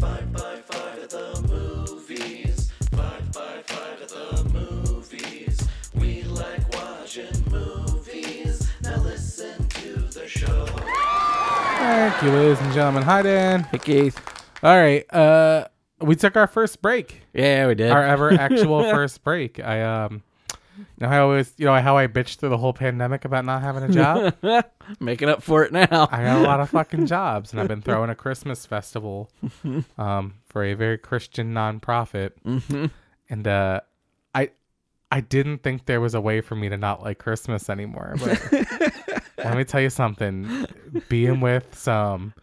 Five by five at the movies. Five by five at the movies. We like watching movies. Now listen to the show. Thank you, ladies and gentlemen. Hi, Dan. Hey, Keith. All right. Uh, we took our first break, Yeah, we did. our ever actual first break. I um, you know how I always, you know how I bitched through the whole pandemic about not having a job. Making up for it now. I got a lot of fucking jobs, and I've been throwing a Christmas festival, um, for a very Christian nonprofit, and uh, I, I didn't think there was a way for me to not like Christmas anymore. But let me tell you something, being with some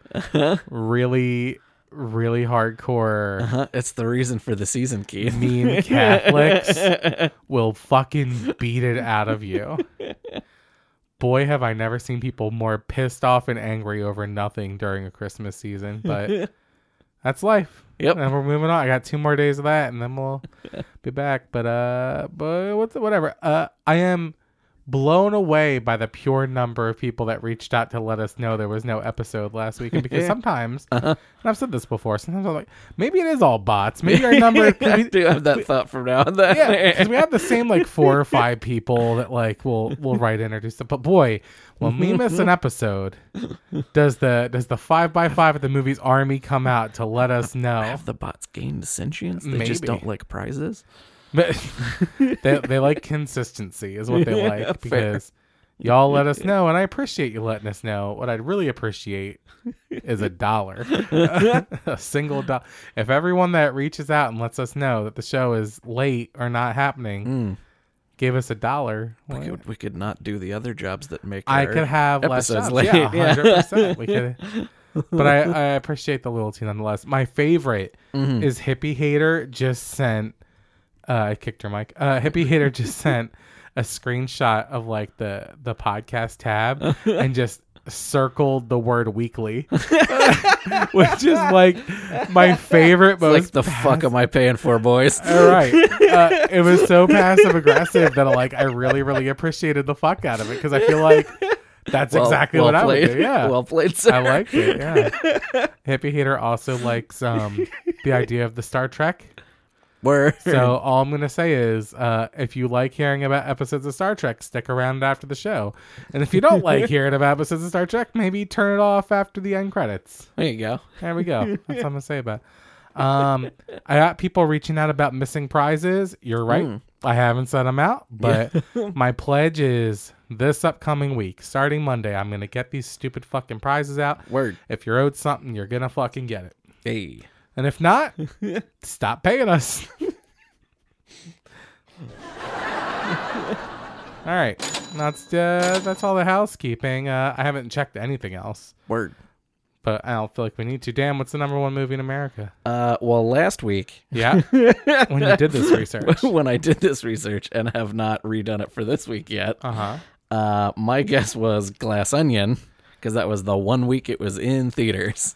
really, really hardcore. Uh-huh. It's the reason for the season, Keith. mean Catholics will fucking beat it out of you. Boy, have I never seen people more pissed off and angry over nothing during a Christmas season, but that's life. Yep. And we're moving on. I got two more days of that and then we'll be back. But uh but what's whatever. Uh I am blown away by the pure number of people that reached out to let us know there was no episode last week. And because sometimes and I've said this before, sometimes I'm like, maybe it is all bots. Maybe our number I do have that thought from now on. Then. yeah, because we have the same like four or five people that like will will write in or do stuff. But boy, when we miss an episode, does the does the five by five at the movies army come out to let us know? Have the bots gained sentience? They just Maybe. don't like prizes. But they they like consistency is what they Yeah, like fair. because y'all let us know, and I appreciate you letting us know. What I'd really appreciate is a dollar, a single dollar. If everyone that reaches out and lets us know that the show is late or not happening. Mm. Gave us a dollar. We could, we could not do the other jobs that make. I our could have less episodes jobs. late. Yeah, Yeah. hundred percent. We could, but I, I appreciate the loyalty nonetheless. My favorite Mm-hmm. is Hippie Hater just sent. Uh, I kicked her mic. Uh, Hippie Hater just sent a screenshot of like the the podcast tab and just circled the word weekly, which is like my favorite most like the fuck am I paying for, boys? all right. Uh, it was so passive aggressive that like I really, really appreciated the fuck out of it because I feel like that's Well- exactly well what I played. would do. Yeah, well played, sir. I liked it. Yeah, hippie hater also likes um the idea of the Star Trek. Word. So all I'm gonna say is, uh, if you like hearing about episodes of Star Trek, stick around after the show. And if you don't like hearing about episodes of Star Trek, maybe turn it off after the end credits. there you go. There we go. That's what I'm gonna say about. it. Um, I got people reaching out about missing prizes. You're right. I haven't sent them out, but my pledge is this upcoming week, starting Monday, I'm gonna get these stupid fucking prizes out. Word. If you're owed something, you're gonna fucking get it. Hey. And if not, stop paying us. all right, that's uh, that's all the housekeeping. Uh, I haven't checked anything else, Word. but I don't feel like we need to. Damn, what's the number one movie in America? Uh, well, last week Yeah. when you did this research. when I did this research and have not redone it for this week yet, Uh huh. uh, my guess was Glass Onion because that was the one week it was in theaters.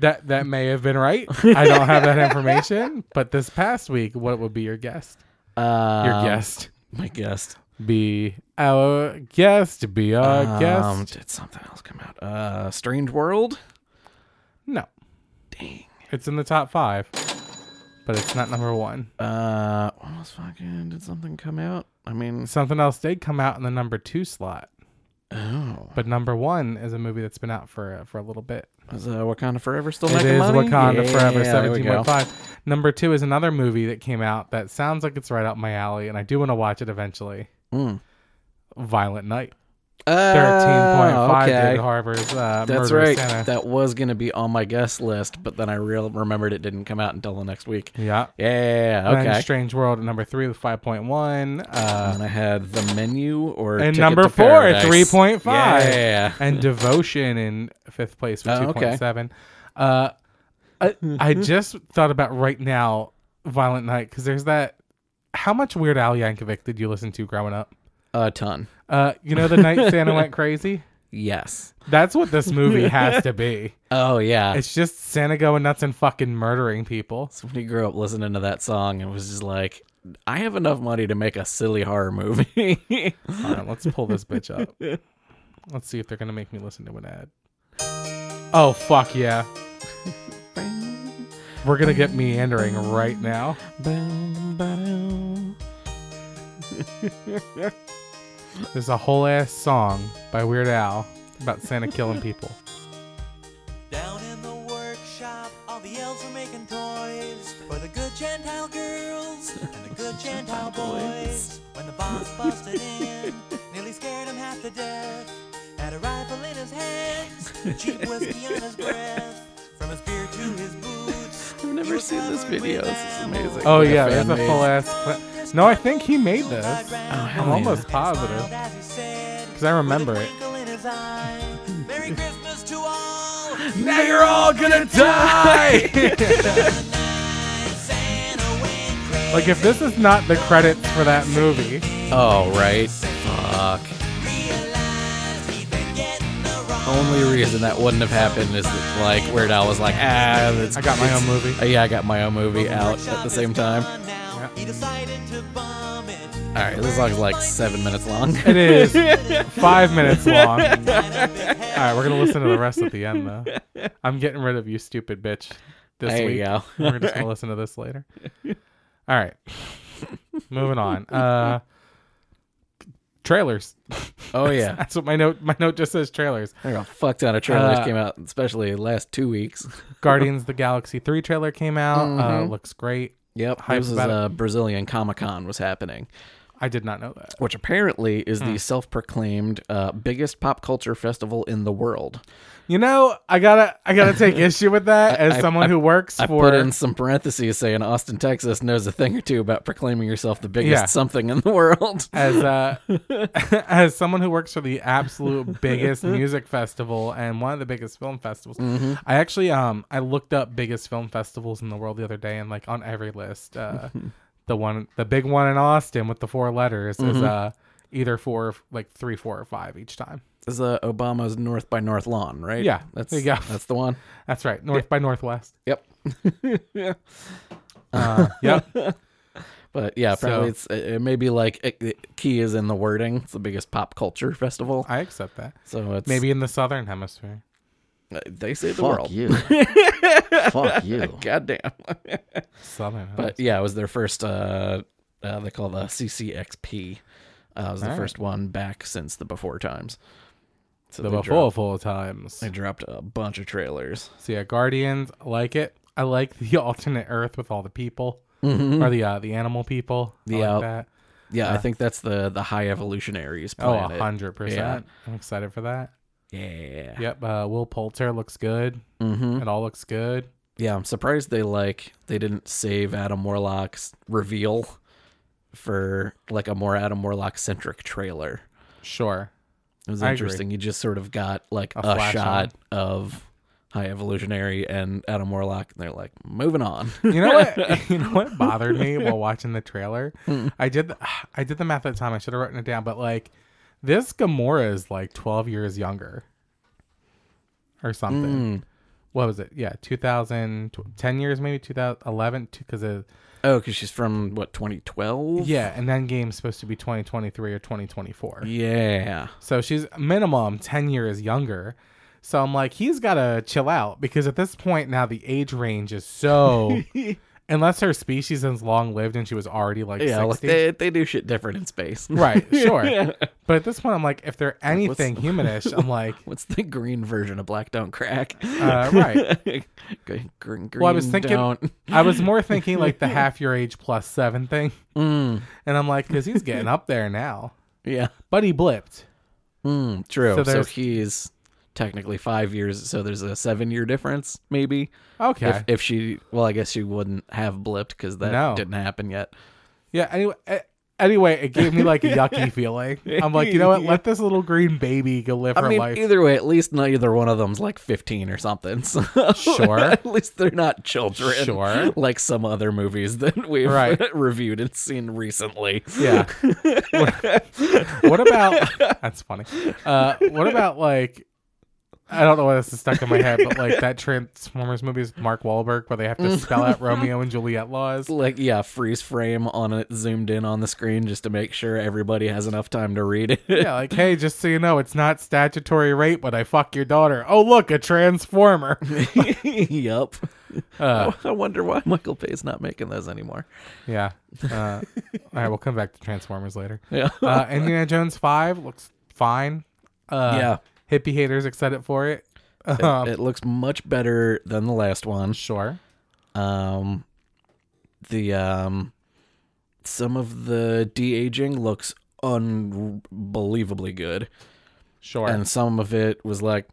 That that may have been right. I don't have that information. But this past week, what would be your guest? Uh, Your guest My guess. be our guest. Be our Um, guest. did something else come out? Uh, Strange World. No, Dang. it's in the top five, but it's not number one. Uh, what was fucking? Did something come out? I mean, Something else did come out in the number two slot, oh, but number one is a movie that's been out for uh, for a little bit. was uh, Wakanda Forever still It making is money? Wakanda Forever Yeah, there we seventeen go. point five. Number two is another movie that came out that sounds like it's right up my alley, and I do want to watch it eventually. Mm. Violent Night. Thirteen point Oh, five. okay. David Harbour's. Uh, That's Murder right. Santa. That was gonna be on my guest list, but then I real remembered it didn't come out until the next week. yeah. Yeah. And then Okay. Strange World at number three with five point one. Uh, and I had the menu or and Ticket number to four Paradise. three point five. Yeah. And Devotion in fifth place with Oh, two okay. point seven. Uh, I, I just thought about right now, Violent Night, because there's that. How much Weird Al Yankovic did you listen to growing up? A ton. Uh, you know the night Santa went crazy. Yes. That's what this movie has to be. Oh yeah. It's just Santa going nuts and fucking murdering people. So when he grew up listening to that song and was just like, I have enough money to make a silly horror movie. All right, let's pull this bitch up. Let's see if they're gonna make me listen to an ad. Oh fuck yeah! We're gonna get meandering right now. Boom, ba-dum. There's a whole ass song by Weird Al about Santa killing people. Down in the workshop, all the elves were making toys for the good Gentile girls and the good Gentile boys. When the boss busted in, nearly scared him half to death. Had a rifle in his hands, cheap whiskey on his breath, from his beard to his boots. I've never seen this video. This is amazing. Oh Like a yeah, there's fan a made- full ass. Cl- no, I think he made this. Oh, hell I'm yeah. almost positive because I remember it. Merry Christmas to all. Now you're all gonna die. Santa went crazy. Like if this is not the credits for that movie, oh right. Fuck. Only reason that wouldn't have happened is that, like Weird Al was like, ah, that's, I got my own it's- movie. Uh, yeah, I got my own movie out at the same time. Yeah. He decided to bomb it. All right, this song's like seven minutes long. It is five minutes long. All right, we're gonna listen to the rest at the end though. I'm getting rid of you, stupid bitch. This There you week, go. we're just gonna listen to this later. All right, moving on. Uh, trailers. oh yeah, That's what my note. My note just says trailers. there are a fuck ton of trailers Uh, came out, especially last two weeks. Guardians of the Galaxy three trailer came out. Mm-hmm. Uh, looks great. Yep, Hyped this is about it. uh, Brazilian Comic Con was happening. I did not know that. which apparently is the self-proclaimed uh, biggest pop culture festival in the world. You know, I gotta I gotta take issue with that as I- someone I- who works I for put in some parentheses saying Austin, Texas knows a thing or two about proclaiming yourself the biggest Yeah. something in the world. as uh, as someone who works for the absolute biggest music festival and one of the biggest film festivals. I actually um I looked up biggest film festivals in the world the other day and like on every list, uh, the one the big one in Austin with the four letters is uh either four or- like three, four, or five each time. This is uh, Obama's North by North lawn, right? Yeah, that's there you go. that's the one. That's right, North by Northwest. Yep. yeah. Uh, yep. But yeah, apparently So- it's it, it may be like it, the key is in the wording. It's the biggest pop culture festival, I accept that. so it's Maybe in the southern hemisphere. uh, they say the Fuck world. you. Fuck you. Goddamn. Southern. But yeah, it was their first. Uh, uh, they call the CCXP. Uh, it was the Alright. first one back since the before times. So the they before Dropped, full times. they dropped a bunch of trailers. So yeah, Guardians, I like it. I like the alternate Earth with all the people or the uh, the animal people. I Yeah. like that. Yeah, I think that's the the high evolutionaries Oh, planet. hundred percent. I'm excited for that. Yeah. Yep. Uh, Will Poulter looks good. hmm It all looks good. Yeah, I'm surprised they like they didn't save Adam Warlock's reveal for like a more Adam Warlock centric trailer. Sure. It was I agree. interesting. You just sort of got like A a, flash shot of High Evolutionary and Adam Warlock, and they're like, moving on. You know what? you know what bothered me while watching the trailer? I did. The, I did the math at the time. I should have written it down. But like, this Gamora is like 12 years younger, or something. What was it? Yeah, 2000, tw- 10 years maybe 2011 because of oh, because she's from what 2012. Yeah, and then game's supposed to be 2023 or 2024. yeah. So she's minimum 10 years younger. So I'm like, he's got to chill out because at this point now the age range is so. unless her species is long lived and she was already like Yeah, like 60. they they do shit different in space. right, sure. But at this point, I'm like, if they're anything humanish, I'm like, What's the green version of Black Don't Crack? uh, right. green, green Well, I was thinking, don't. I was more thinking like the half your age plus seven thing. And I'm like, because he's getting up there now. Mm, Yeah, But he blipped. Mm, So true. So, there's- he's technically five years. So there's a seven year difference, maybe. Okay. If, if she, well, I guess she wouldn't have blipped because that No. didn't happen yet. Yeah. Anyway, eh, anyway, it gave me like a yucky feeling. I'm like, you know what? Let this little green baby go live I her mean, life. either way, at least neither one of them's like 15 or something. So Sure. at least they're not children. Sure. Like some other movies that we've Right. reviewed and seen recently. yeah. what, what about? That's funny. Uh, what about like I don't know why this is stuck in my head, but like that Transformers movie is Mark Wahlberg, where they have Mm. to spell out Romeo and Juliet laws. Like yeah, freeze frame on it, zoomed in on the screen just to make sure everybody has enough time to read it. Yeah, like hey, just so you know, it's not statutory rape when I fuck your daughter. Oh look, a Transformer. yep. Uh, I wonder why Michael Bay's not making those anymore. yeah. Uh, all right, we'll come back to Transformers later. Yeah. Uh, Indiana Jones Five looks fine. Uh, Yeah. hippie haters excited for it. It- Um, Uh, it, looks much better than the last one. sure. Um, the um, some of the de aging looks unbelievably good, Sure. and some of it was like,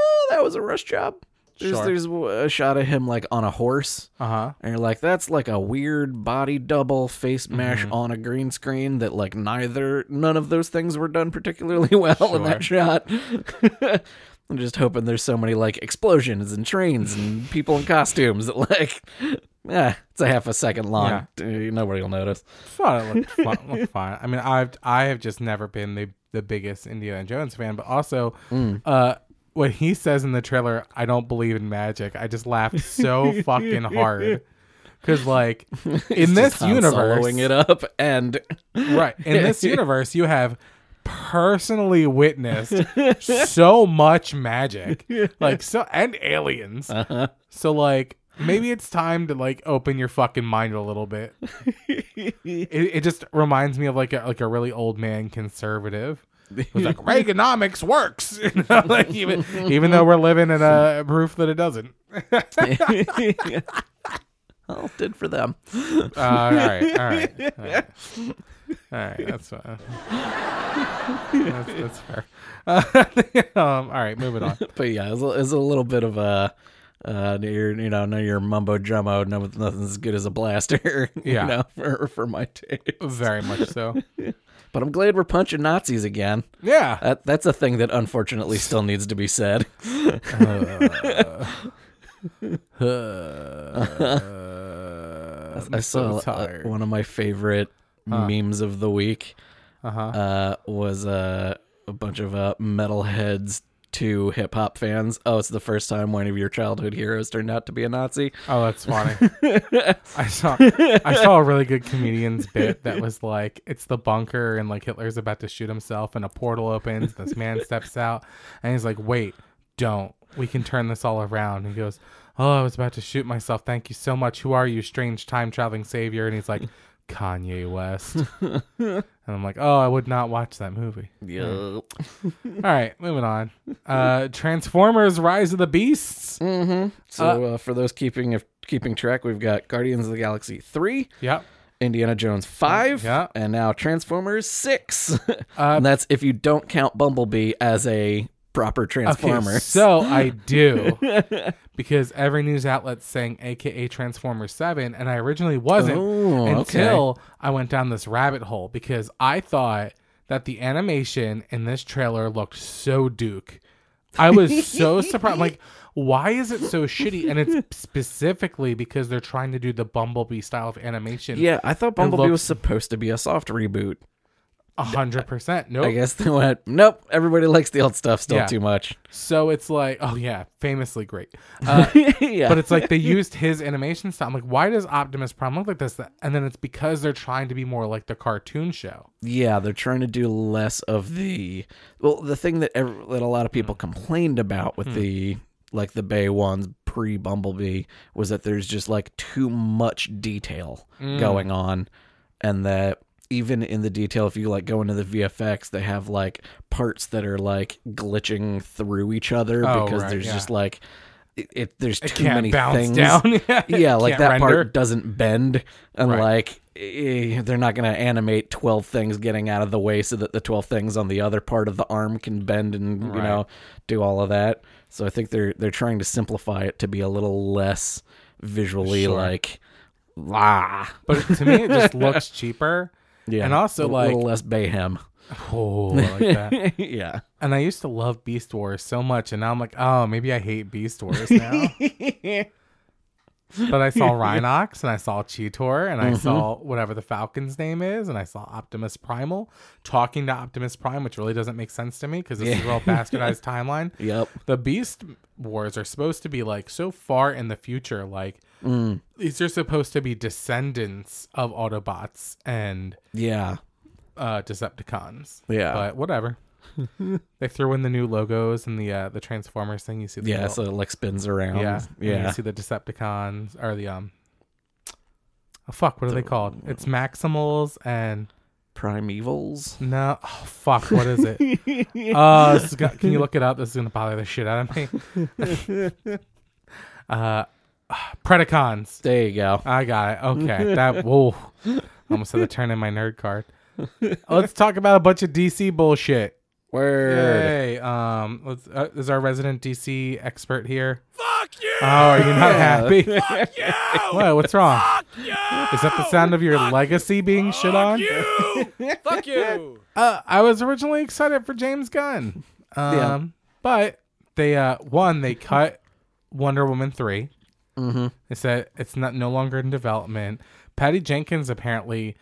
oh, that was a rush job. There's Sure. there's a shot of him like on a horse, uh huh. and you're like, that's like a weird body double face mash Mm-hmm. on a green screen that like neither none of those things were done particularly well in that shot. I'm just hoping there's so many like explosions and trains and people in costumes that like, yeah, it's a half a second long. Uh, Nobody will notice. thought it looked, fu- looked fine. I mean, I've I have just never been the the biggest Indiana Jones fan, but also, Mm. uh, what he says in the trailer, I don't believe in magic. I just laughed so fucking hard because, like, in this Just Han universe, soloing it up and right? In this universe, you have personally witnessed so much magic, like so, and aliens. So, like. Maybe it's time to like open your fucking mind a little bit it, it just reminds me of like a like a really old man conservative who's like Reaganomics works, you know, like even even though we're living in a proof that it doesn't. well, did for them. Uh, all right, all right, all right, all right. That's fine. That's, that's fair. Uh, um, all right, moving on. But yeah, it's a, it's a little bit of a uh, your you know, no your mumbo jumbo, no nothing's as good as a blaster. Yeah. you know, for for my taste. Very much so. But I'm glad we're punching Nazis again. Yeah. That that's a thing that unfortunately still needs to be said. I saw uh, one of my favorite memes of the week Uh-huh. uh, was uh, a bunch of uh, metalheads to hip hop fans. Oh, it's the first time one of your childhood heroes turned out to be a Nazi. Oh, that's funny. I saw I saw a really good comedian's bit that was like it's the bunker and like Hitler's about to shoot himself and a portal opens. This man steps out and he's like, "Wait, don't. We can turn this all around." And he goes, "Oh, I was about to shoot myself. Thank you so much. Who are you, strange time traveling savior?" And he's like, "Kanye West." and I'm like, "Oh, I would not watch that movie." Yup. All right, moving on. Uh, Transformers: Rise of the Beasts. So uh, for those keeping of keeping track, we've got Guardians of the Galaxy three, Yep. Indiana Jones five, Yeah. Uh, and now Transformers six. and that's if you don't count Bumblebee as a proper Okay, Transformer. so I do. because every news outlet's saying AKA Transformers 7, and I originally wasn't Oh, okay. until I went down this rabbit hole because I thought that the animation in this trailer looked so Duke. I was so surprised. Like, why is it so shitty? And it's specifically because they're trying to do the Bumblebee style of animation. yeah, I thought Bumblebee looks- was supposed to be a soft reboot. 100%. Nope. I guess they went, nope. Everybody likes the old stuff still Yeah. too much. So it's like, oh, yeah, famously great. Uh, yeah, but it's like they used his animation style. I'm like, why does Optimus Prime look like this? And then it's because they're trying to be more like the cartoon show. yeah, they're trying to do less of the well, the thing that ev that a lot of people Hmm. complained about with the like the Bay ones pre Bumblebee was that there's just like too much detail Hmm. going on, and that even in the detail, if you like go into the VFX, they have like parts that are like glitching through each other Oh, because right, there's yeah. just like it, it there's It too can't many bounce things down. yeah, it yeah, like can't that render. part doesn't bend, and like eh, they're not going to animate twelve things getting out of the way so that the twelve things on the other part of the arm can bend and you Right. know do all of that. So I think they're they're trying to simplify it to be a little less visually Sure. like ah, But to me, it just looks cheaper. yeah, And also, a little like- less Bayhem. Oh, I like that. yeah, And I used to love Beast Wars so much, and now I'm like, oh, maybe I hate Beast Wars now. But I saw Rhinox and I saw Cheetor and I saw whatever the Falcon's name is and I saw Optimus Primal talking to Optimus Prime, which really doesn't make sense to me because this is a real bastardized timeline. Yep. The Beast Wars are supposed to be like so far in the future, like these are supposed to be descendants of Autobots and Yeah. uh, Decepticons. Yeah. but whatever. they threw in the new logos and the uh, the Transformers thing. You see, the Yeah. little- So it like spins around. yeah, and Yeah. You see the Decepticons or the um. Oh, fuck, what are they called? It's Maximals and Primevals. no. Oh, fuck, what is it? uh, this is go- can you look it up? This is gonna bother the shit out of me. uh, Predacons. There you go. I got it. Okay, that whoa, almost had to turn in my nerd card. Let's talk about a bunch of DC bullshit. Word. Hey, um, let's, uh, is our resident DC expert here? Fuck you! Oh, are you not happy? Fuck you! What, what's wrong? Fuck you! Is that the sound of your legacy being shit on? Fuck you! Uh, I was originally excited for James Gunn, um, Yeah. but they uh, one they cut Wonder Woman 3 Mm-hmm. They said it's not no longer in development. Patty Jenkins apparently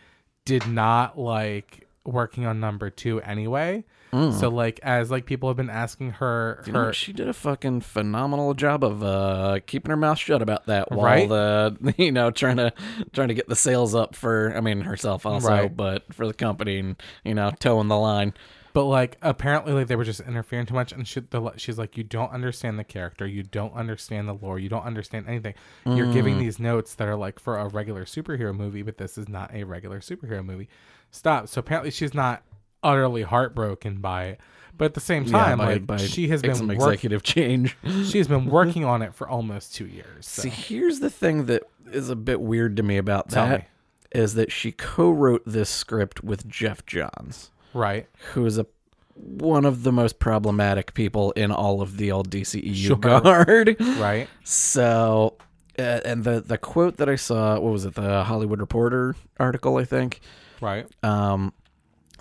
did not like working on number two anyway. So like as like people have been asking her Mm. You know, her she did a fucking phenomenal job of uh, keeping her mouth shut about that while Right? the you know trying to trying to get the sales up for I mean herself also Right. but for the company and you know towing the line. But like apparently like they were just interfering too much, and she, the, she's like, "You don't understand the character. You don't understand the lore. You don't understand anything. You're Mm. giving these notes that are like for a regular superhero movie, but this is not a regular superhero movie. Stop." So apparently she's not utterly heartbroken by it, but at the same time, like she has been some work- executive change. she's been working on it for almost two years. so- See, here's the thing that is a bit weird to me about Tell that me. is that she co-wrote this script with Jeff Johns, Right? who is a one of the most problematic people in all of the old DCEU Sure. guard. Right? So, uh, and the the quote that I saw, what was it, the Hollywood Reporter article, I think. Right? Um,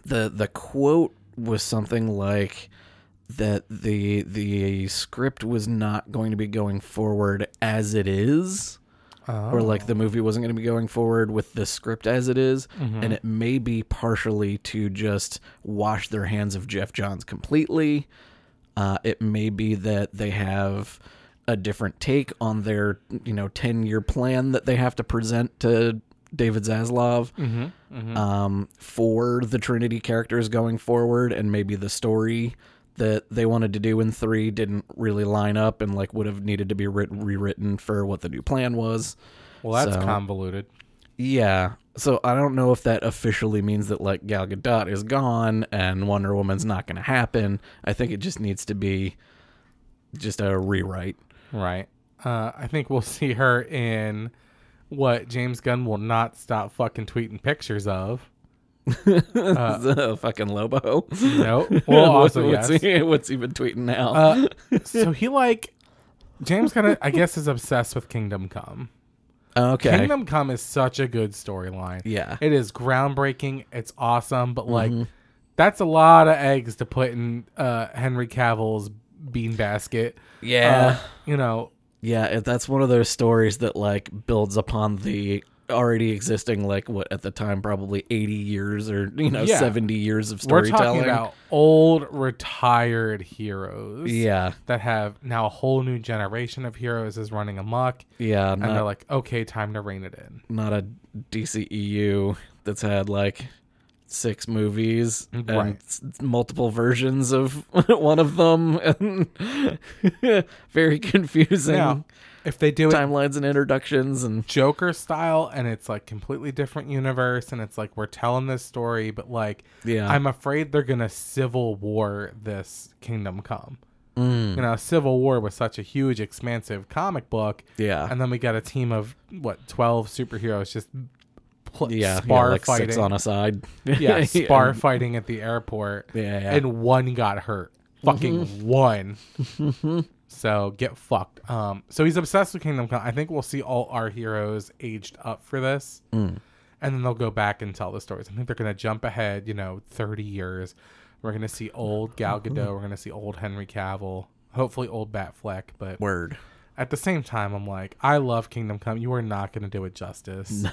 the the quote was something like that the the script was not going to be going forward as it is. Or like the movie wasn't going to be going forward with the script as it is, and it may be partially to just wash their hands of Jeff Johns completely. Uh, it may be that they have a different take on their you know ten year plan that they have to present to David Zaslav Mm-hmm. um, for the Trinity characters going forward, and maybe the story that they wanted to do in three didn't really line up and like would have needed to be writ- rewritten for what the new plan was. Well, that's So- convoluted. Yeah. So I don't know if that officially means that like Gal Gadot is gone and Wonder Woman's not going to happen. I think it just needs to be just a rewrite. Right. Uh, I think we'll see her in what James Gunn will not stop fucking tweeting pictures of. The fucking Lobo. No. Uh, Well, also what's, yes. he, what's he been tweeting now? Uh, so he like James Gunn, I guess, is obsessed with Kingdom Come. okay. Kingdom Come is such a good storyline. Yeah. Mm-hmm. It is groundbreaking. It's awesome, but like, that's a lot of eggs to put in uh, Henry Cavill's bean basket. yeah. Uh, you know, Yeah, it- that's one of those stories that like builds upon the already existing like what at the time probably 80 years or you know Yeah. 70 years of we're storytelling. talking about old retired heroes. yeah. that have now a whole new generation of heroes is running amok Yeah, and they're not, like okay time to rein it in not a DCEU that's had like six movies and Right. s- multiple versions of one of them and very confusing now if they do it timelines and introductions and joker style and it's like completely different universe and it's like we're telling this story but like Yeah. i'm afraid they're gonna civil war this kingdom come Mm. you know civil war was such a huge expansive comic book Yeah. and then we got a team of what 12 superheroes just pl- yeah, spar yeah, like fighting six on a side. yeah, spar fighting at the airport. Yeah, Mm-hmm. yeah. And one got hurt. Fucking one. Mm-hmm. so get fucked. Um, so he's obsessed with Kingdom Come. I think we'll see all our heroes aged up for this. Mm. And then they'll go back and tell the stories. I think they're going to jump ahead, you know, 30 years. We're going to see old Gal Gadot. We're going to see old Henry Cavill. Hopefully, old Batfleck. But word. At the same time, I'm like, I love Kingdom Come. You are not going to do it justice.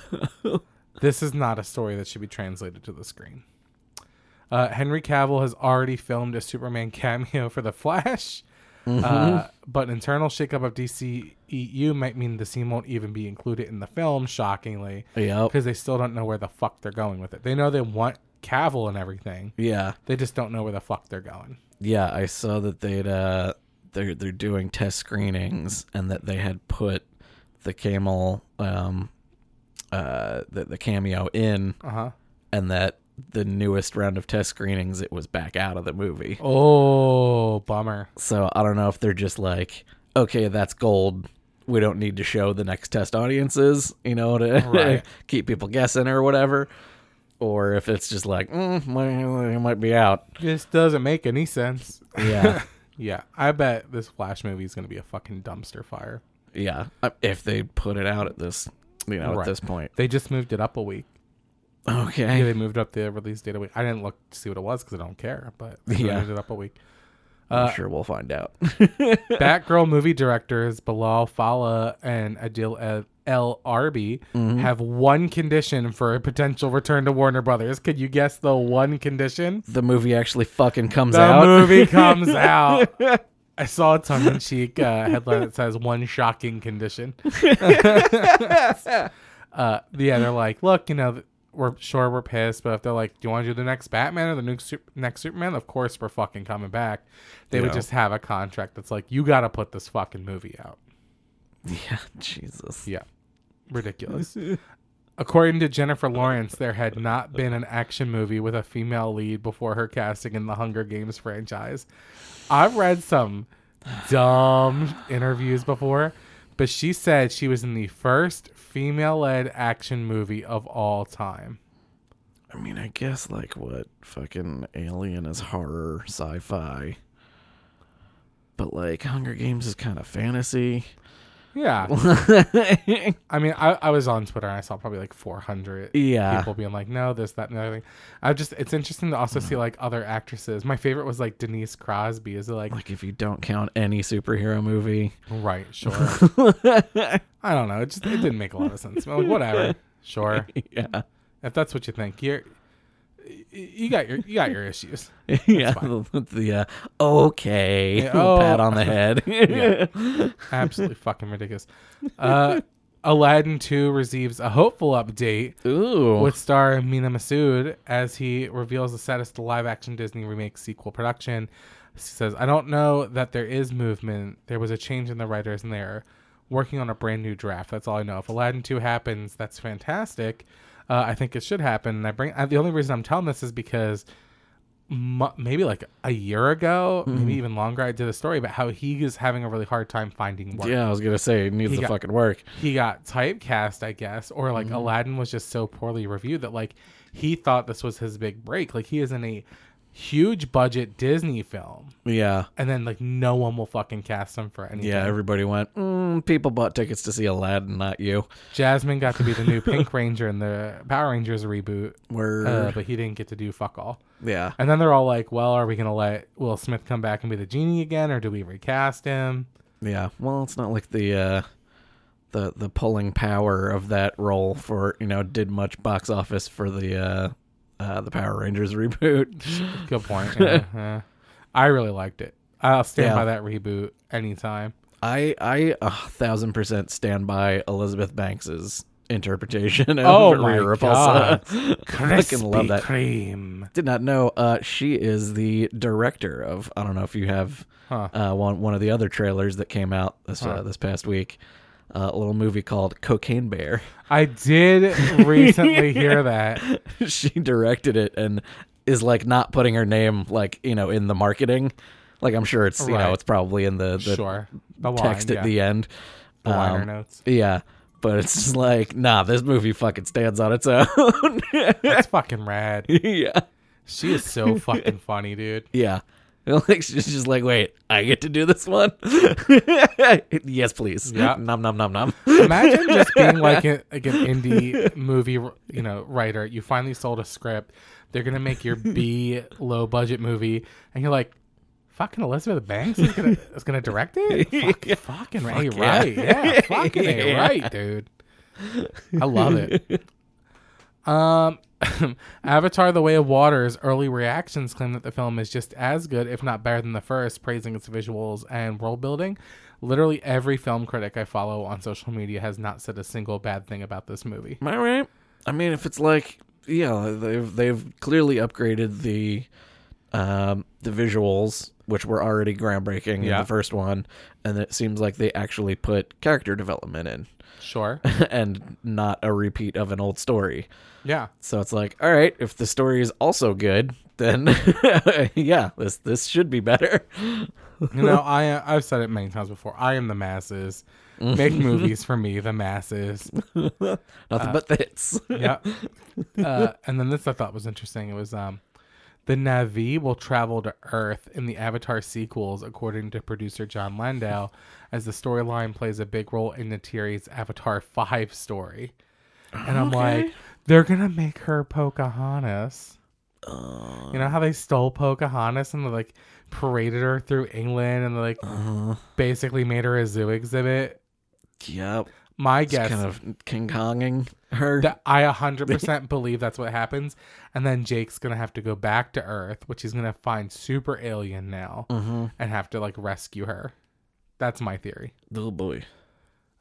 this is not a story that should be translated to the screen. Uh, Henry Cavill has already filmed a Superman cameo for The Flash, uh, but an internal shakeup of DCEU might mean the scene won't even be included in the film, shockingly, Yep. because they still don't know where the fuck they're going with it. They know they want Cavill and everything, Yeah. they just don't know where the fuck they're going. Yeah, I saw that they'd uh they're they're doing test screenings and that they had put the camel um uh the, the cameo in Uh huh. and that the newest round of test screenings it was back out of the movie. Oh, bummer. So I don't know if they're just like, okay, that's gold. We don't need to show the next test audiences, you know, to Right. keep people guessing or whatever. Or if it's just like, mm, might- it might be out. This doesn't make any sense. Yeah. Yeah, I bet this Flash movie is going to be a fucking dumpster fire. yeah. Uh, If they put it out at this, you know, Right. at this point. They just moved it up a week. Yeah, Okay. they moved up the release date a week. I didn't look to see what it was because I don't care, but they Yeah. moved it up a week. I'm sure we'll find out. Batgirl movie directors Bilal Fala and Adil El- El Arbi have one condition for a potential return to Warner Brothers. Could you guess the one condition? the movie actually fucking comes The out. movie comes out. I saw a tongue in cheek uh, headline that says one shocking condition. uh, yeah, they're like, look, you know, we're sure we're pissed, but if they're like, do you want to do the next Batman or the new Sup- next Superman? Of course, we're fucking coming back. They would Yeah. just have a contract that's like, you got to put this fucking movie out. Yeah. Jesus. Yeah. Ridiculous. According to Jennifer Lawrence, there had not been an action movie with a female lead before her casting in the Hunger Games franchise. I've read some dumb interviews before, but she said she was in the first female led action movie of all time. I mean, I guess like what fucking Alien is horror sci fi. But like Hunger Games is kind of fantasy. Yeah. yeah. I mean, I, I was on Twitter and I saw probably like 400 people being like, no, this, that, and the other thing. I just, it's interesting to also see like other actresses. My favorite was like Denise Crosby. Is it like, Like if you don't count any superhero movie. Right, sure. I don't know. It just it didn't make a lot of sense. I'm like, whatever. Sure. Yeah. If that's what you think, you're y- you got your you got your issues. yeah. The, the, uh, okay. Yeah, oh. Pat on the head. Yeah. Absolutely fucking ridiculous. Uh Aladdin 2 receives a hopeful update Ooh. with star Mina Masood as he reveals the status of the live action Disney remake sequel production. She says, I don't know that there is movement. There was a change in the writers and they're working on a brand new draft. That's all I know. If Aladdin 2 happens, that's fantastic. Uh, I think it should happen. And I bring uh, the only reason I'm telling this is because mu- maybe like a year ago, maybe even longer, I did a story about how he is having a really hard time finding work yeah, I was gonna say it needs He to got- fucking work. he got typecast, I guess, or like Mm-hmm. Aladdin was just so poorly reviewed that like he thought this was his big break. Like he is in a huge budget Disney film, Yeah, and then like no one will fucking cast him for anything. yeah. Everybody went. Mm, people bought tickets to see Aladdin, not you. Jasmine got to be the new Pink Ranger in the Power Rangers reboot, Word. uh, but he didn't get to do fuck all. yeah. And then they're all like, "Well, are we gonna let Will Smith come back and be the genie again, or do we recast him?" Yeah. Well, it's not like the uh the the pulling power of that role for, you know, did much box office for the uh uh the Power Rangers reboot. Good point. yeah, yeah. I really liked it. I'll stand Yeah. by that reboot anytime. I I a thousand percent stand by Elizabeth Banks's interpretation of Oh my Maria Repulsa. I Crispy fucking love that. cream. Did not know uh she is the director of I don't know if you have Huh. uh one one of the other trailers that came out this uh, this past week. Uh, a little movie called Cocaine Bear. I did recently hear that. she directed it and is like not putting her name like you know in the marketing like i'm sure it's you Right. know it's probably in the, the sure. The line, text yeah. at the end The liner Um, notes. yeah but it's just like nah this movie fucking stands on its own That's fucking rad. yeah She is so fucking funny, dude. yeah like she's just like wait i get to do this one yes please Yeah. nom nom nom nom Imagine just being like, a, like an indie movie, you know, writer. You finally sold a script. They're gonna make your B low budget movie, and you're like, Fucking Elizabeth Banks is gonna is gonna direct it. Fuck, fucking right, Fuck A yeah. right, yeah, fucking A Yeah. right, dude. I love it. Um, Avatar: The Way of Water's early reactions claim that the film is just as good, if not better, than the first, praising its visuals and world building. Literally every film critic I follow on social media has not said a single bad thing about this movie. Am I right? I mean, if it's like, yeah, they've they've clearly upgraded the um, the visuals, which were already groundbreaking in Yeah. the first one, and it seems like they actually put character development in, Sure. and not a repeat of an old story. Yeah. So it's like, all right, if the story is also good, then yeah, this this should be better. You know, I I've said it many times before. I am the masses. Make movies for me, the masses. Nothing but this. Yeah. Uh, and then this I thought was interesting. It was um, the Navi will travel to Earth in the Avatar sequels, according to producer John Landau, as the storyline plays a big role in Natiri's Avatar Five story. And I'm like, they're gonna make her Pocahontas. You know how they stole Pocahontas and they like paraded her through England and like basically made her a zoo exhibit. yep. My Just guess kind of King Konging her. that I 100% believe that's what happens. And then Jake's going to have to go back to Earth, which he's going to find super alien now mm-hmm. and have to like rescue her. That's my theory. Oh boy.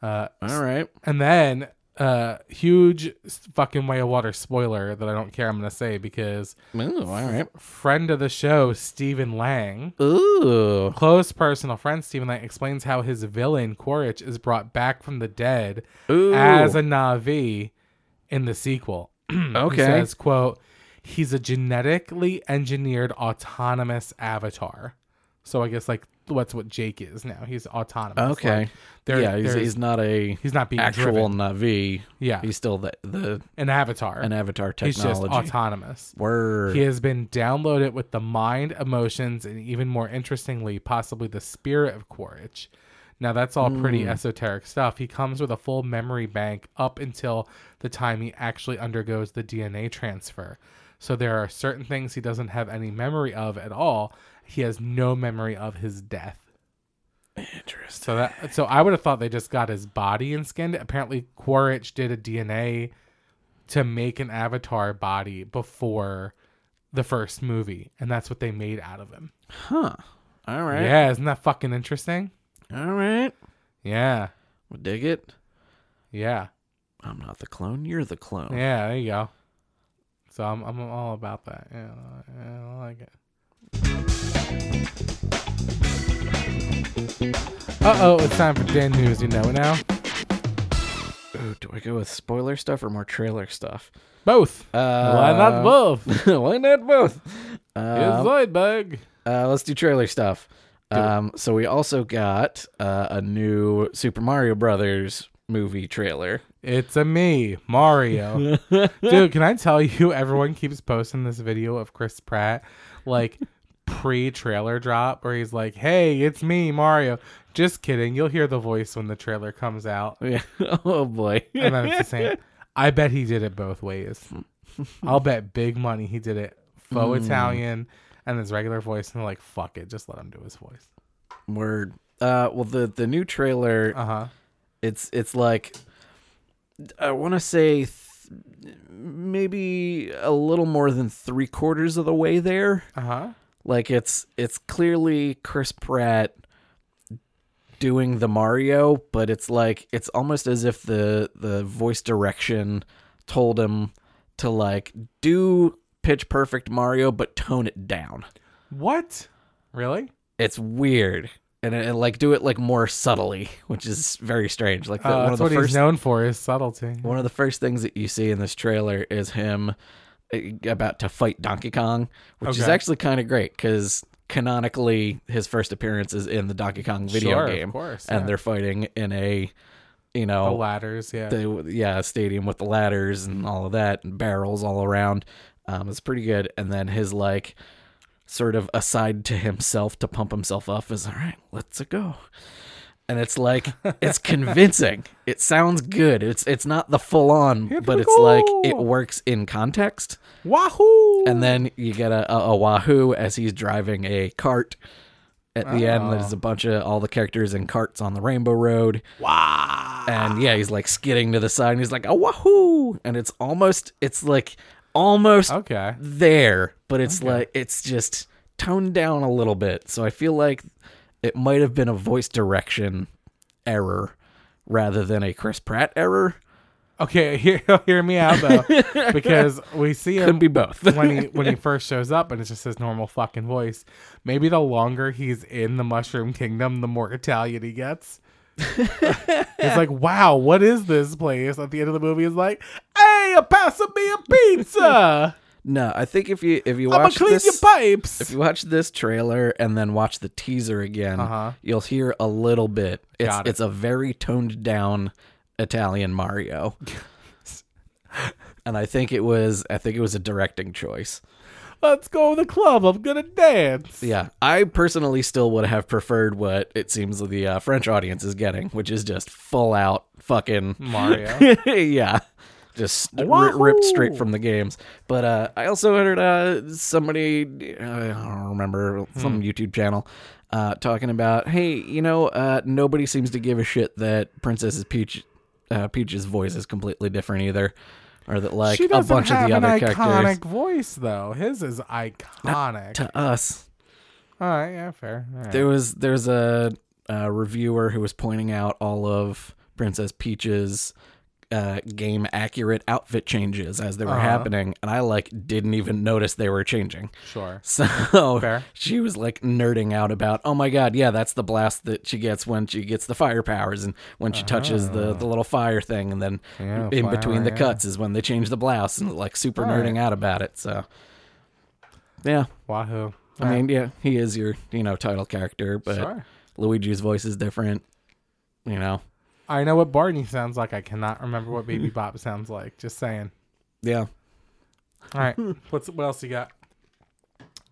Uh, All right. and then, uh, huge s- fucking way of water spoiler that I don't care I'm going to say because Ooh, all right. friend of the show, Stephen Lang, Ooh. close personal friend Stephen Lang, explains how his villain, Quaritch, is brought back from the dead Ooh. as a Navi in the sequel. Okay. He says, quote, he's a genetically engineered autonomous avatar. So I guess like what's what Jake is now. He's autonomous. Okay. Like, there- yeah, he's, there's- he's not a he's not being actual driven. Navi. Yeah. He's still the, the An avatar. an avatar he's technology. just autonomous. Word. He has been downloaded with the mind, emotions, and even more interestingly, possibly the spirit of Quaritch. Now, that's all pretty esoteric stuff. He comes with a full memory bank up until the time he actually undergoes the DNA transfer. So there are certain things he doesn't have any memory of at all. He has no memory of his death. Interesting. So that so I would have thought they just got his body and skinned it. Apparently Quaritch did a DNA to make an avatar body before the first movie, and that's what they made out of him. Huh. All right. Yeah, isn't that fucking interesting? All right. Yeah. We'll dig it. Yeah. I'm not the clone. You're the clone. Yeah, there you go. So I'm I'm all about that. Yeah, I- I like it. Uh oh, it's time for Dan News, you know it now. Ooh, do I go with spoiler stuff or more trailer stuff? Both. Uh, Why not both? why not both? Um, it's Zoidberg. Uh, let's do trailer stuff. Um, so we also got uh, a new Super Mario Brothers movie trailer. It's a me, Mario. Dude, can I tell you everyone keeps posting this video of Chris Pratt like pre trailer drop where he's like, Hey, it's me, Mario. Just kidding, you'll hear the voice when the trailer comes out. Yeah. oh boy. And then it's the same. I bet he did it both ways. I'll bet big money he did it faux Mm. Italian and his regular voice and they're like, fuck it, just let him do his voice. Word. Uh, well, the the new trailer. Uh huh. It's it's like I want to say th- maybe a little more than three quarters of the way there. Uh huh. Like it's it's clearly Chris Pratt doing the Mario, but it's like it's almost as if the the voice direction told him to like do pitch perfect Mario but tone it down. What? Really? It's weird. And, and like do it like more subtly, which is very strange. Like Uh, the, one of that's the what first he's known for is subtlety. one of the first things that you see in this trailer is him uh, about to fight Donkey Kong, which is Okay. actually kind of great because canonically his first appearance is in the Donkey Kong video Sure, of game, course, and yeah. they're fighting in a, you The know, ladders, yeah. they, yeah, stadium with the ladders and all of that and barrels all around. Um, it's pretty good. And then his like sort of aside to himself to pump himself up is all right, let's go. And it's like it's convincing. It sounds good. It's it's not the full on, Here but we it's like go. it works in context. Wahoo! And then you get a, a, a wahoo as he's driving a cart at the end. Oh. There's a bunch of all the characters in carts on the Rainbow Road. Wow. And yeah, he's like skidding to the side and he's like, oh, wahoo. And it's almost, it's like almost Okay. there, but it's like, it's just toned down a little bit. So I feel like it might have been a voice direction error rather than a Chris Pratt error. Okay, hear, hear me out though, because we see him Could be both. when he when he first shows up, and it's just his normal fucking voice. Maybe the longer he's in the Mushroom Kingdom, the more Italian he gets. it's like, wow, what is this place? At the end of the movie, is like, hey, a pass of me a pizza. no, I think if you if you I'ma watch clean this, your if pipes. you watch this trailer and then watch the teaser again, Uh-huh. you'll hear a little bit. It's Got it. it's a very toned down Italian Mario. and I think it was I think it was a directing choice. Let's go to the club. I'm gonna dance. Yeah, I personally still would have preferred what it seems the uh, French audience is getting, which is just full out fucking Mario. yeah. Just ri ripped straight Wahoo! from the games. But uh, I also heard uh, somebody, uh, I don't remember, some Hmm. YouTube channel, uh, talking about, hey, you know, uh, nobody seems to give a shit that Princess Peach, uh, Peach's voice is completely different either. Or that, like, she a doesn't bunch have of the an other iconic characters. voice though. His is iconic. To us, All right, yeah, fair. All right. there was there's a, a reviewer who was pointing out all of Princess Peach's uh, game accurate outfit changes as they were Uh-huh. happening, and I like didn't even notice they were changing. sure. So Fair. she was like nerding out about, oh my god, yeah, that's the blast that she gets when she gets the fire powers and when she touches the the little fire thing, and then Uh-huh. Yeah, in fire, between the yeah. cuts is when they change the blouse and like super right. nerding out about it. So yeah, Wahoo. I mean, yeah, he is your you know title character, but Sure. Luigi's voice is different. You know, I know what Barney sounds like. I cannot remember what Baby Bob sounds like. Just saying. yeah. All right. What's what else you got?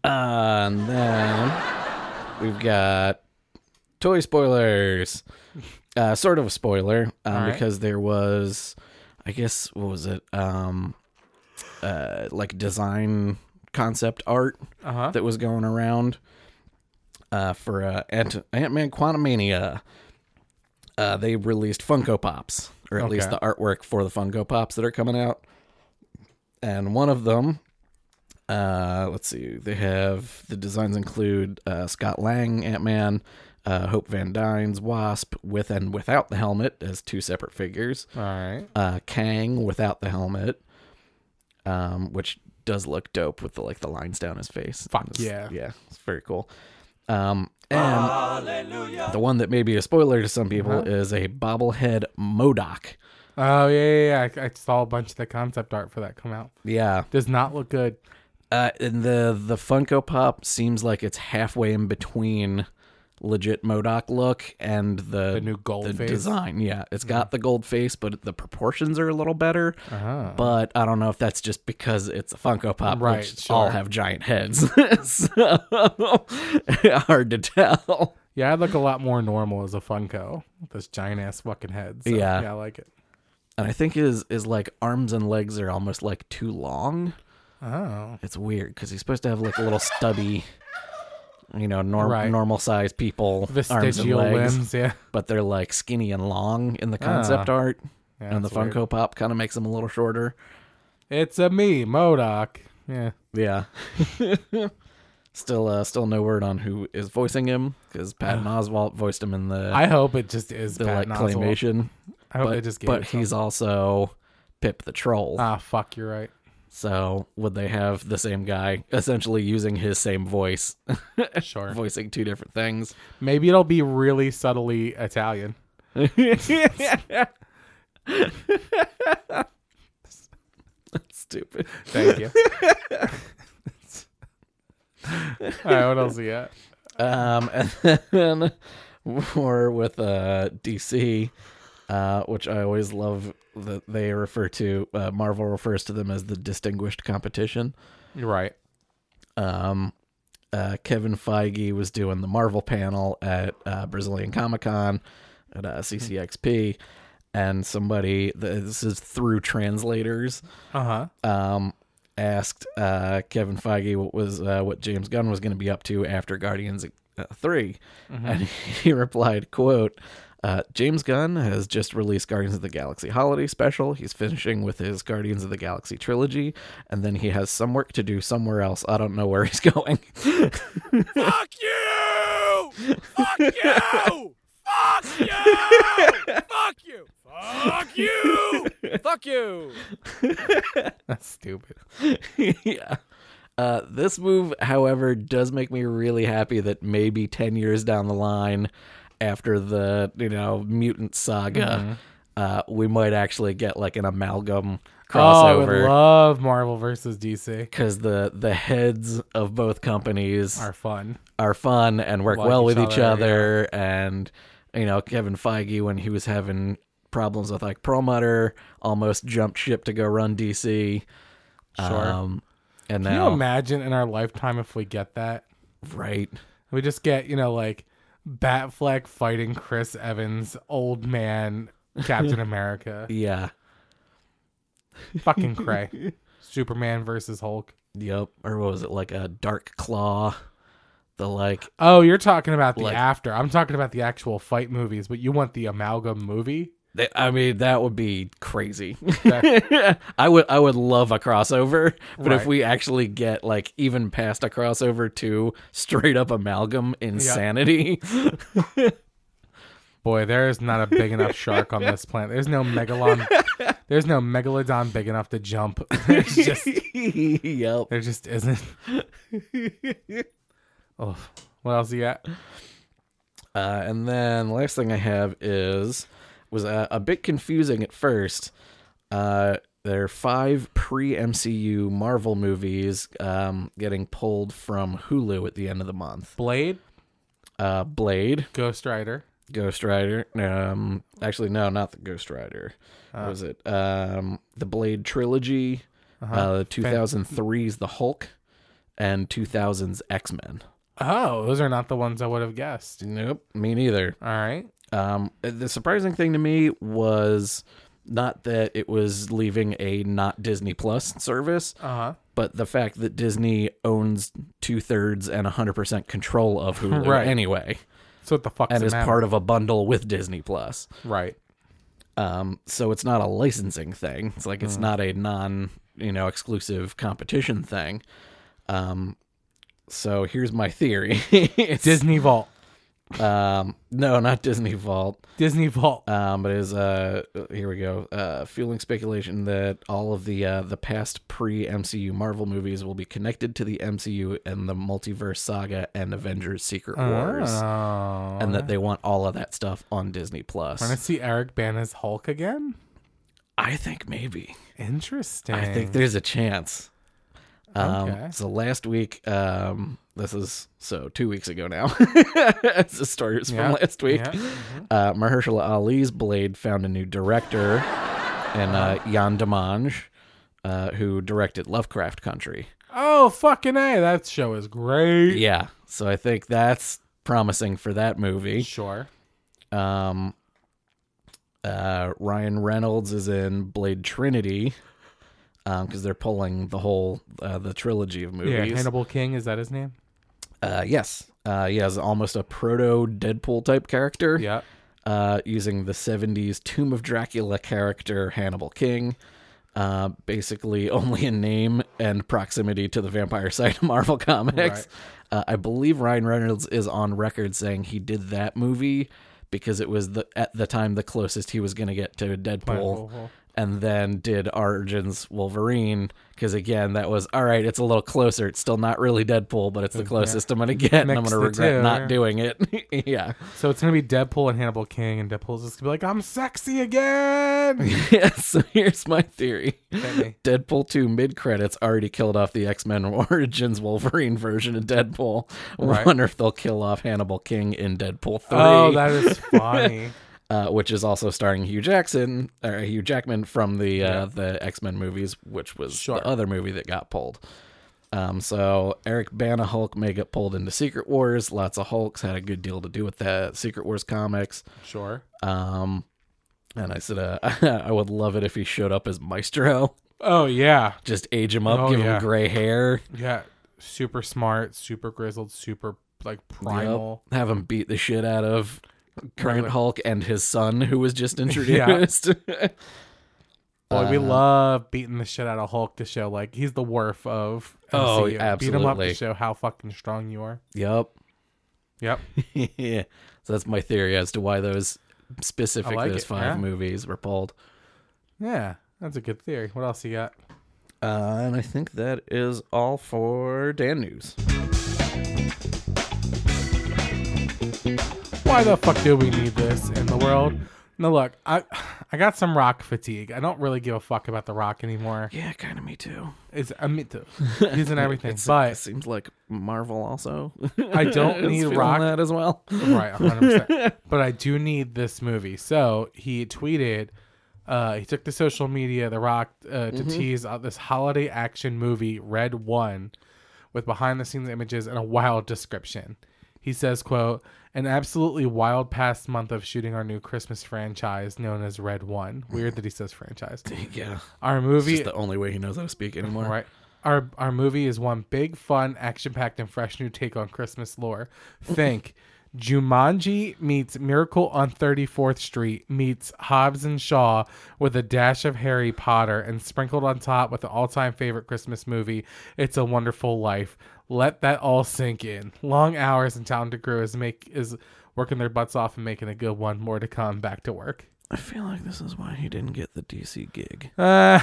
and then we've got toy spoilers. Uh, sort of a spoiler um, All right. because there was, I guess, what was it? Um, uh, like design concept art Uh huh. that was going around uh, for uh, Ant Man Quantumania. Uh, they released Funko Pops, or at least Okay. the artwork for the Funko Pops that are coming out. And one of them, uh, let's see, they have the designs include uh, Scott Lang, Ant Man, uh, Hope Van Dyne's Wasp with and without the helmet as two separate figures All right. uh, Kang without the helmet, um, which does look dope with the like the lines down his face. Fuck It's- yeah. yeah, it's very cool. Um, and the one that may be a spoiler to some people Uh-huh. is a bobblehead Modoc. Oh yeah, yeah. yeah. I, I saw a bunch of the concept art for that come out. Yeah, Does not look good. uh, and the the Funko Pop seems like it's halfway in between legit Modoc look and the The new gold the face? Mm. design. Yeah, it's got the gold face, but the proportions are a little better. Uh-huh. but I don't know if that's just because it's a Funko Pop, Right, which all sure. have giant heads. so hard to tell. Yeah, I look a lot more normal as a Funko. With those giant ass fucking heads. Yeah. Yeah, I like it. And I think his is like arms and legs are almost like too long. Oh. It's weird because he's supposed to have like a little stubby, you know, norm- Right. normal size people arms and Vestigial legs, limbs. Yeah. but they're like skinny and long in the concept Ah. art, Yeah, and the that's weird. Funko Pop kind of makes them a little shorter. It's a me, Modoc. Yeah. Yeah. still, uh, still no word on who is voicing him because Patton Oswalt voiced him in the I hope it just is the Patton like Oswalt. claymation. I hope they But, just gave but it to him. he's also Pip the Troll. ah fuck. You're right. So would they have the same guy essentially using his same voice, Sure. voicing two different things? Maybe it'll be really subtly Italian. Stupid. Thank you. All right, what else you got? Um, and then we're with uh, DC, uh, which I always love that they refer to. Uh, Marvel refers to them as the distinguished competition. You're right. Um, uh, Kevin Feige was doing the Marvel panel at uh, Brazilian Comic Con at uh, CCXP, and somebody this is through translators Uh huh. um, asked uh, Kevin Feige what was uh, what James Gunn was going to be up to after Guardians uh, 3 and he replied, "Quote." Uh, James Gunn has just released Guardians of the Galaxy Holiday Special. He's finishing with his Guardians of the Galaxy trilogy, and then he has some work to do somewhere else. I don't know where he's going. Fuck you! Fuck you! Fuck you! Fuck you! Fuck you! Fuck you! That's stupid. yeah. Uh, this move, however, does make me really happy that maybe 10 years down the line, after the, you know, mutant saga, uh, we might actually get like an amalgam Oh, I would crossover. love Marvel versus DC. Because the, the heads of both companies Are are, fun. fun and work like well each with each other, other. And, you know, Kevin Feige, when he was having problems with like Perlmutter, almost jumped ship to go run DC. Sure. Um, and Can now, you imagine in our lifetime if we get that? right. We just get, you know, like Batfleck fighting Chris Evans, old man Captain America, Yeah. fucking cray. Superman versus Hulk. Yep. Or what was it like a dark claw? The like Oh, you're talking about the Like- after. I'm talking about the actual fight movies, but you want the amalgam movie? they, I mean that would be crazy. I would I would love a crossover, but if Right. we actually get like even past a crossover to straight up amalgam insanity, Boy, there is not a big enough shark on this planet. There's no megalon. There's no megalodon big enough to jump. There's just yep. there just isn't. oh, what else you got? Uh, and then the last thing I have is was uh, a, a bit confusing at first. Uh, there are five pre MCU Marvel movies um, getting pulled from Hulu at the end of the month. Blade, Uh, Blade, Ghost Rider. Ghost Rider. Um, actually, no, not the Ghost Rider. Uh, What was it? Um, the Blade trilogy. Uh-huh. Uh, 2003's The Hulk, and 2000's X Men. Oh, those are not the ones I would have guessed. Nope, me neither. All right. Um, the surprising thing to me was not that it was leaving a not Disney Plus service, Uh huh. but the fact that Disney owns two thirds and 100% control of Hulu Right. anyway, So what the fuck? and is part of a bundle with Disney Plus. right. Um, so it's not a licensing thing. It's like it's not a non, you know, exclusive competition thing. Um, so here's my theory. It's- Disney Vault. um, no, not Disney Vault. Disney Vault. Um, but it is uh here we go. Uh, fueling speculation that all of the uh, the past pre MCU Marvel movies will be connected to the MCU and the multiverse saga and Avengers Secret Wars, Oh. and that they want all of that stuff on Disney We're gonna Plus. see Eric Bana's Hulk again. I think maybe. Interesting. I think there's a chance. Um, Okay. So last week, um, this is so two weeks ago now. it's the story was Yeah, from last week. yeah, Uh, Mahershala Ali's Blade found a new director, and uh, Jan Demange, uh, who directed Lovecraft Country. Oh fucking a! That show is great. Yeah. So I think that's promising for that movie. Sure. Um, uh, Ryan Reynolds is in Blade Trinity. Because they're pulling the whole uh, the trilogy of Yeah. movies. Hannibal King is that his name? Uh, yes. Uh, he has almost a proto Deadpool type character. Yeah. Uh, using the 70s Tomb of Dracula character Hannibal King. Uh, basically, only in name and proximity to the vampire side of Marvel Comics. Uh, I believe Ryan Reynolds is on record saying he did that movie because it was the at the time the closest he was going to get to Deadpool, Deadpool. and then did Origins Wolverine because again that was all right. It's a little closer. It's still not really Deadpool, but it's the closest I'm going to get, and I'm Mix going the to regret two, not yeah. doing it. yeah. So it's gonna be Deadpool and Hannibal King, and Deadpool's just gonna be like, "I'm sexy again." yeah, so here's my theory. Hit me. Deadpool 2 mid credits already killed off the X Men Origins Wolverine version of Deadpool. I Right. Wonder if they'll kill off Hannibal King in Deadpool 3, Oh, that is funny. uh, which is also starring Hugh Jackson or Hugh Jackman from the uh, the X Men movies, which was Sure. the other movie that got pulled. Um, so Eric Bana Hulk may get pulled into Secret Wars. Lots of Hulks had a good deal to do with the Secret Wars comics. sure. Um, and I said, uh, I would love it if he showed up as Maestro. Oh yeah. Just age him up, Oh, give yeah. him gray hair. Yeah. Super smart, super grizzled, super like primal. Yep. Have him beat the shit out of current Regular- Hulk and his son, who was just introduced. Boy, we Uh, love beating the shit out of Hulk to show like he's the worf of Oh, MCU. Beat him up to absolutely. show how fucking strong you are. yep. Yep. yeah. So that's my theory as to why those specific I like those it, five yeah. movies were pulled. Yeah. That's a good theory. What else you got? Uh, and I think that is all for Dan news. why the fuck do we need this in the world? No, look, I I got some rock fatigue. I don't really give a fuck about the rock anymore. Yeah, kind of me too. It's I mean, to- he's in everything, it but seems like Marvel also. I don't is need feeling rock. that as well. right, 100%. but I do need this movie. So he tweeted, uh, he took to social media, The Rock, uh, to Mm-hmm. tease out this holiday action movie, Red One, with behind the scenes images and a wild description. He says, quote, an absolutely wild past month of shooting our new Christmas franchise known as Red One. Weird that he says franchise. Yeah, Our it's movie just the only way he knows how to speak anymore. all right. Our our movie is one big, fun, action-packed, and fresh new take on Christmas lore. Think Jumanji meets Miracle on 34th Street meets Hobbs and Shaw with a dash of Harry Potter and sprinkled on top with the all-time favorite Christmas movie, It's a Wonderful Life. Let that all sink in. Long hours and talented crew is make is working their butts off and making a good one. More to come. Back to work. I feel like this is why he didn't get the DC gig. Uh,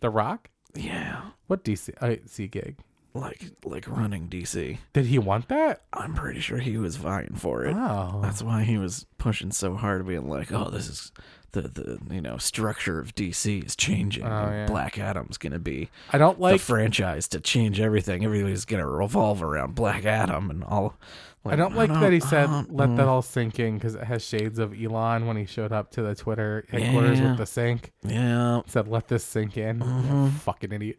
the Rock. Yeah, What DC uh, C gig? like like running DC. Did he want that? I'm pretty sure he was vying for it. Oh, That's why he was pushing so hard, being like, "Oh, this is the the you know structure of DC is changing. and Oh, yeah. Black Adam's gonna be I don't the like. franchise to change everything. Everybody's gonna revolve around Black Adam and all." "Uh, I don't like that he said I don't "let that know." Mm. all sink in" because it has shades of Elon when he showed up to the Twitter headquarters Yeah. Mm-hmm. with the sink. Yeah, Said "let this sink in." Fucking idiot.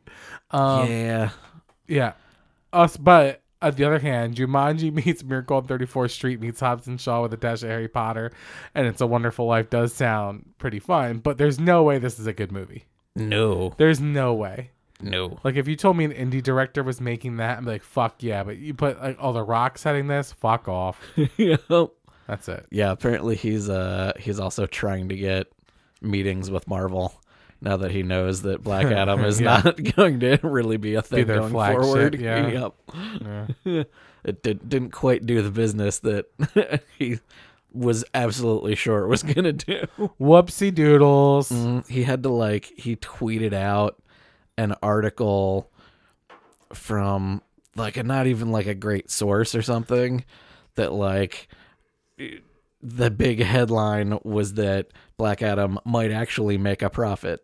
Um, yeah. yeah. Us, but on the other hand, Jumanji meets Miracle on 34th Street meets Hobbs and Shaw with a dash of Harry Potter, and It's a Wonderful Life does sound pretty fun. But there's no way this is a good movie. No, There's no way. no. Like if you told me an indie director was making that, I'm like, fuck yeah. But you put like all the rocks setting this, fuck off. That's it. yeah, apparently he's uh he's also trying to get meetings with Marvel. Now that he knows that Black Adam is Yeah. not going to really be a thing their going flagship, forward, yeah. Yep. it did, didn't quite do the business that he was absolutely sure it was going to do. Whoopsie doodles. Mm, He had to like he tweeted out an article from like a not even like a great source or something that like the big headline was that Black Adam might actually make a profit.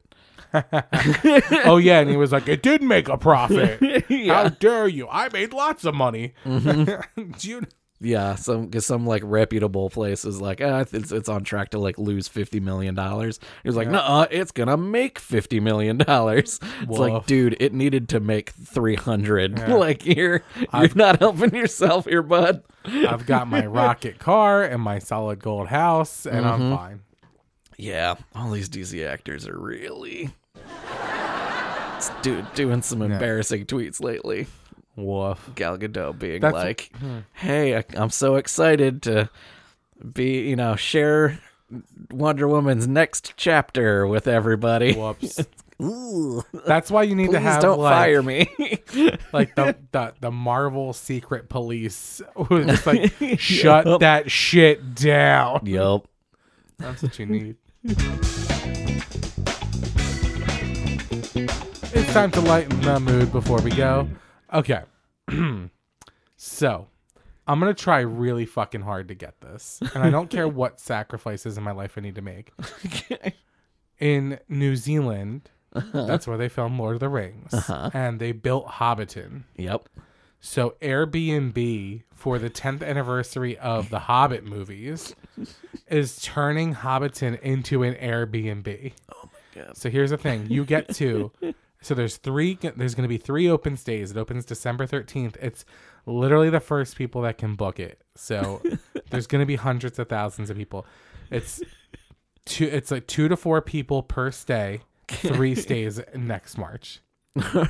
Oh yeah, and he was like, "It did make a profit. How dare you? I made lots of money." Mm-hmm. Do you- Yeah, some because some like reputable place is like, ah, it's it's on track to like lose fifty million dollars. He was like, no, it's gonna make fifty million dollars. It's Woof. like, dude, it needed to make three hundred. Like you're you're not helping yourself here, bud. I've got my rocket car and my solid gold house, and Mm-hmm. I'm fine. Yeah, all these DC actors are really, It's dude, doing some embarrassing tweets lately. Woof. Gal Gadot being That's- hmm. like, "Hey, I, I'm so excited to be, you know, share Wonder Woman's next chapter with everybody." Whoops. Ooh, please That's why you need to have don't like, fire me. like the, the the Marvel secret police who's just like shut that shit down. yep. That's what you need. it's time to lighten the mood before we go. Okay. so, I'm going to try really fucking hard to get this. And I don't care what sacrifices in my life I need to make. In New Zealand, that's where they filmed Lord of the Rings. And they built Hobbiton. Yep. So Airbnb for the 10th anniversary of the Hobbit movies is turning Hobbiton into an Airbnb. Oh my God. So here's the thing, you get to so there's three there's going to be three open stays. It opens December 13th. It's literally the first people that can book it. So there's going to be hundreds of thousands of people. It's two it's like 2 to 4 people per stay, 3 stays next March.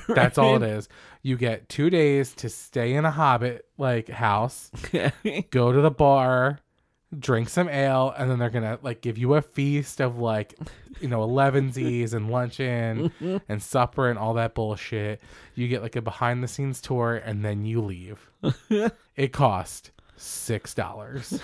That's all it is. You get two days to stay in a hobbit like house, go to the bar, drink some ale, and then they're gonna like give you a feast of like, you know, elevensies and luncheon and supper and all that bullshit. You get like a behind the scenes tour and then you leave. it cost six dollars.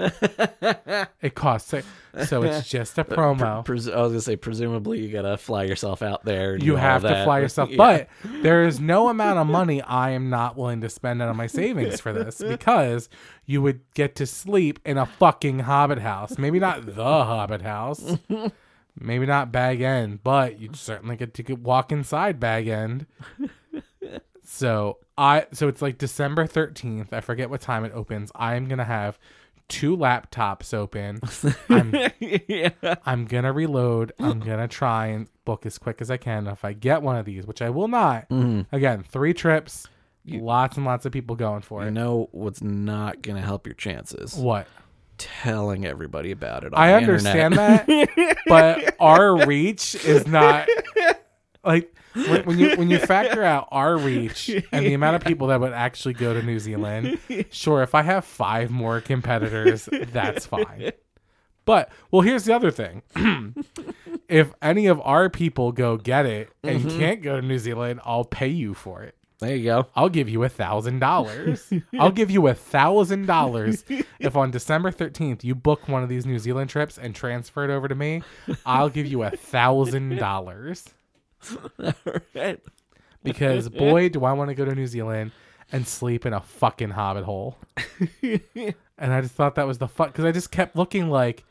it costs six. so it's just a promo. Pres- I was gonna say, presumably you gotta fly yourself out there. and you do all have to that. fly yourself. Yeah. But there is no amount of money I am not willing to spend out of my savings for this because you would get to sleep in a fucking hobbit house. Maybe not the hobbit house. Maybe not Bag End, but you certainly get to get- walk inside Bag End. So I so it's like December 13th. I forget what time it opens. I am going to have two laptops open. I'm yeah, I'm gonna reload. I'm gonna try and book as quick as I can. If I get one of these, which I will not, again, three trips, lots and lots of people going for I it. know what's not gonna help your chances. What Telling everybody about it. On I the understand internet. that, but our reach is not like when, when you when you factor out our reach and the amount of people that would actually go to New Zealand. Sure, if I have five more competitors, that's fine. But well, here's the other thing. if any of our people go get it and Mm-hmm. can't go to New Zealand, I'll pay you for it. There you go. I'll give you a thousand dollars. I'll give you a thousand dollars if on December thirteenth you book one of these New Zealand trips and transfer it over to me. I'll give you a thousand dollars Alright. because boy, do I want to go to New Zealand and sleep in a fucking hobbit hole. and I just thought that was the fuck because I just kept looking like,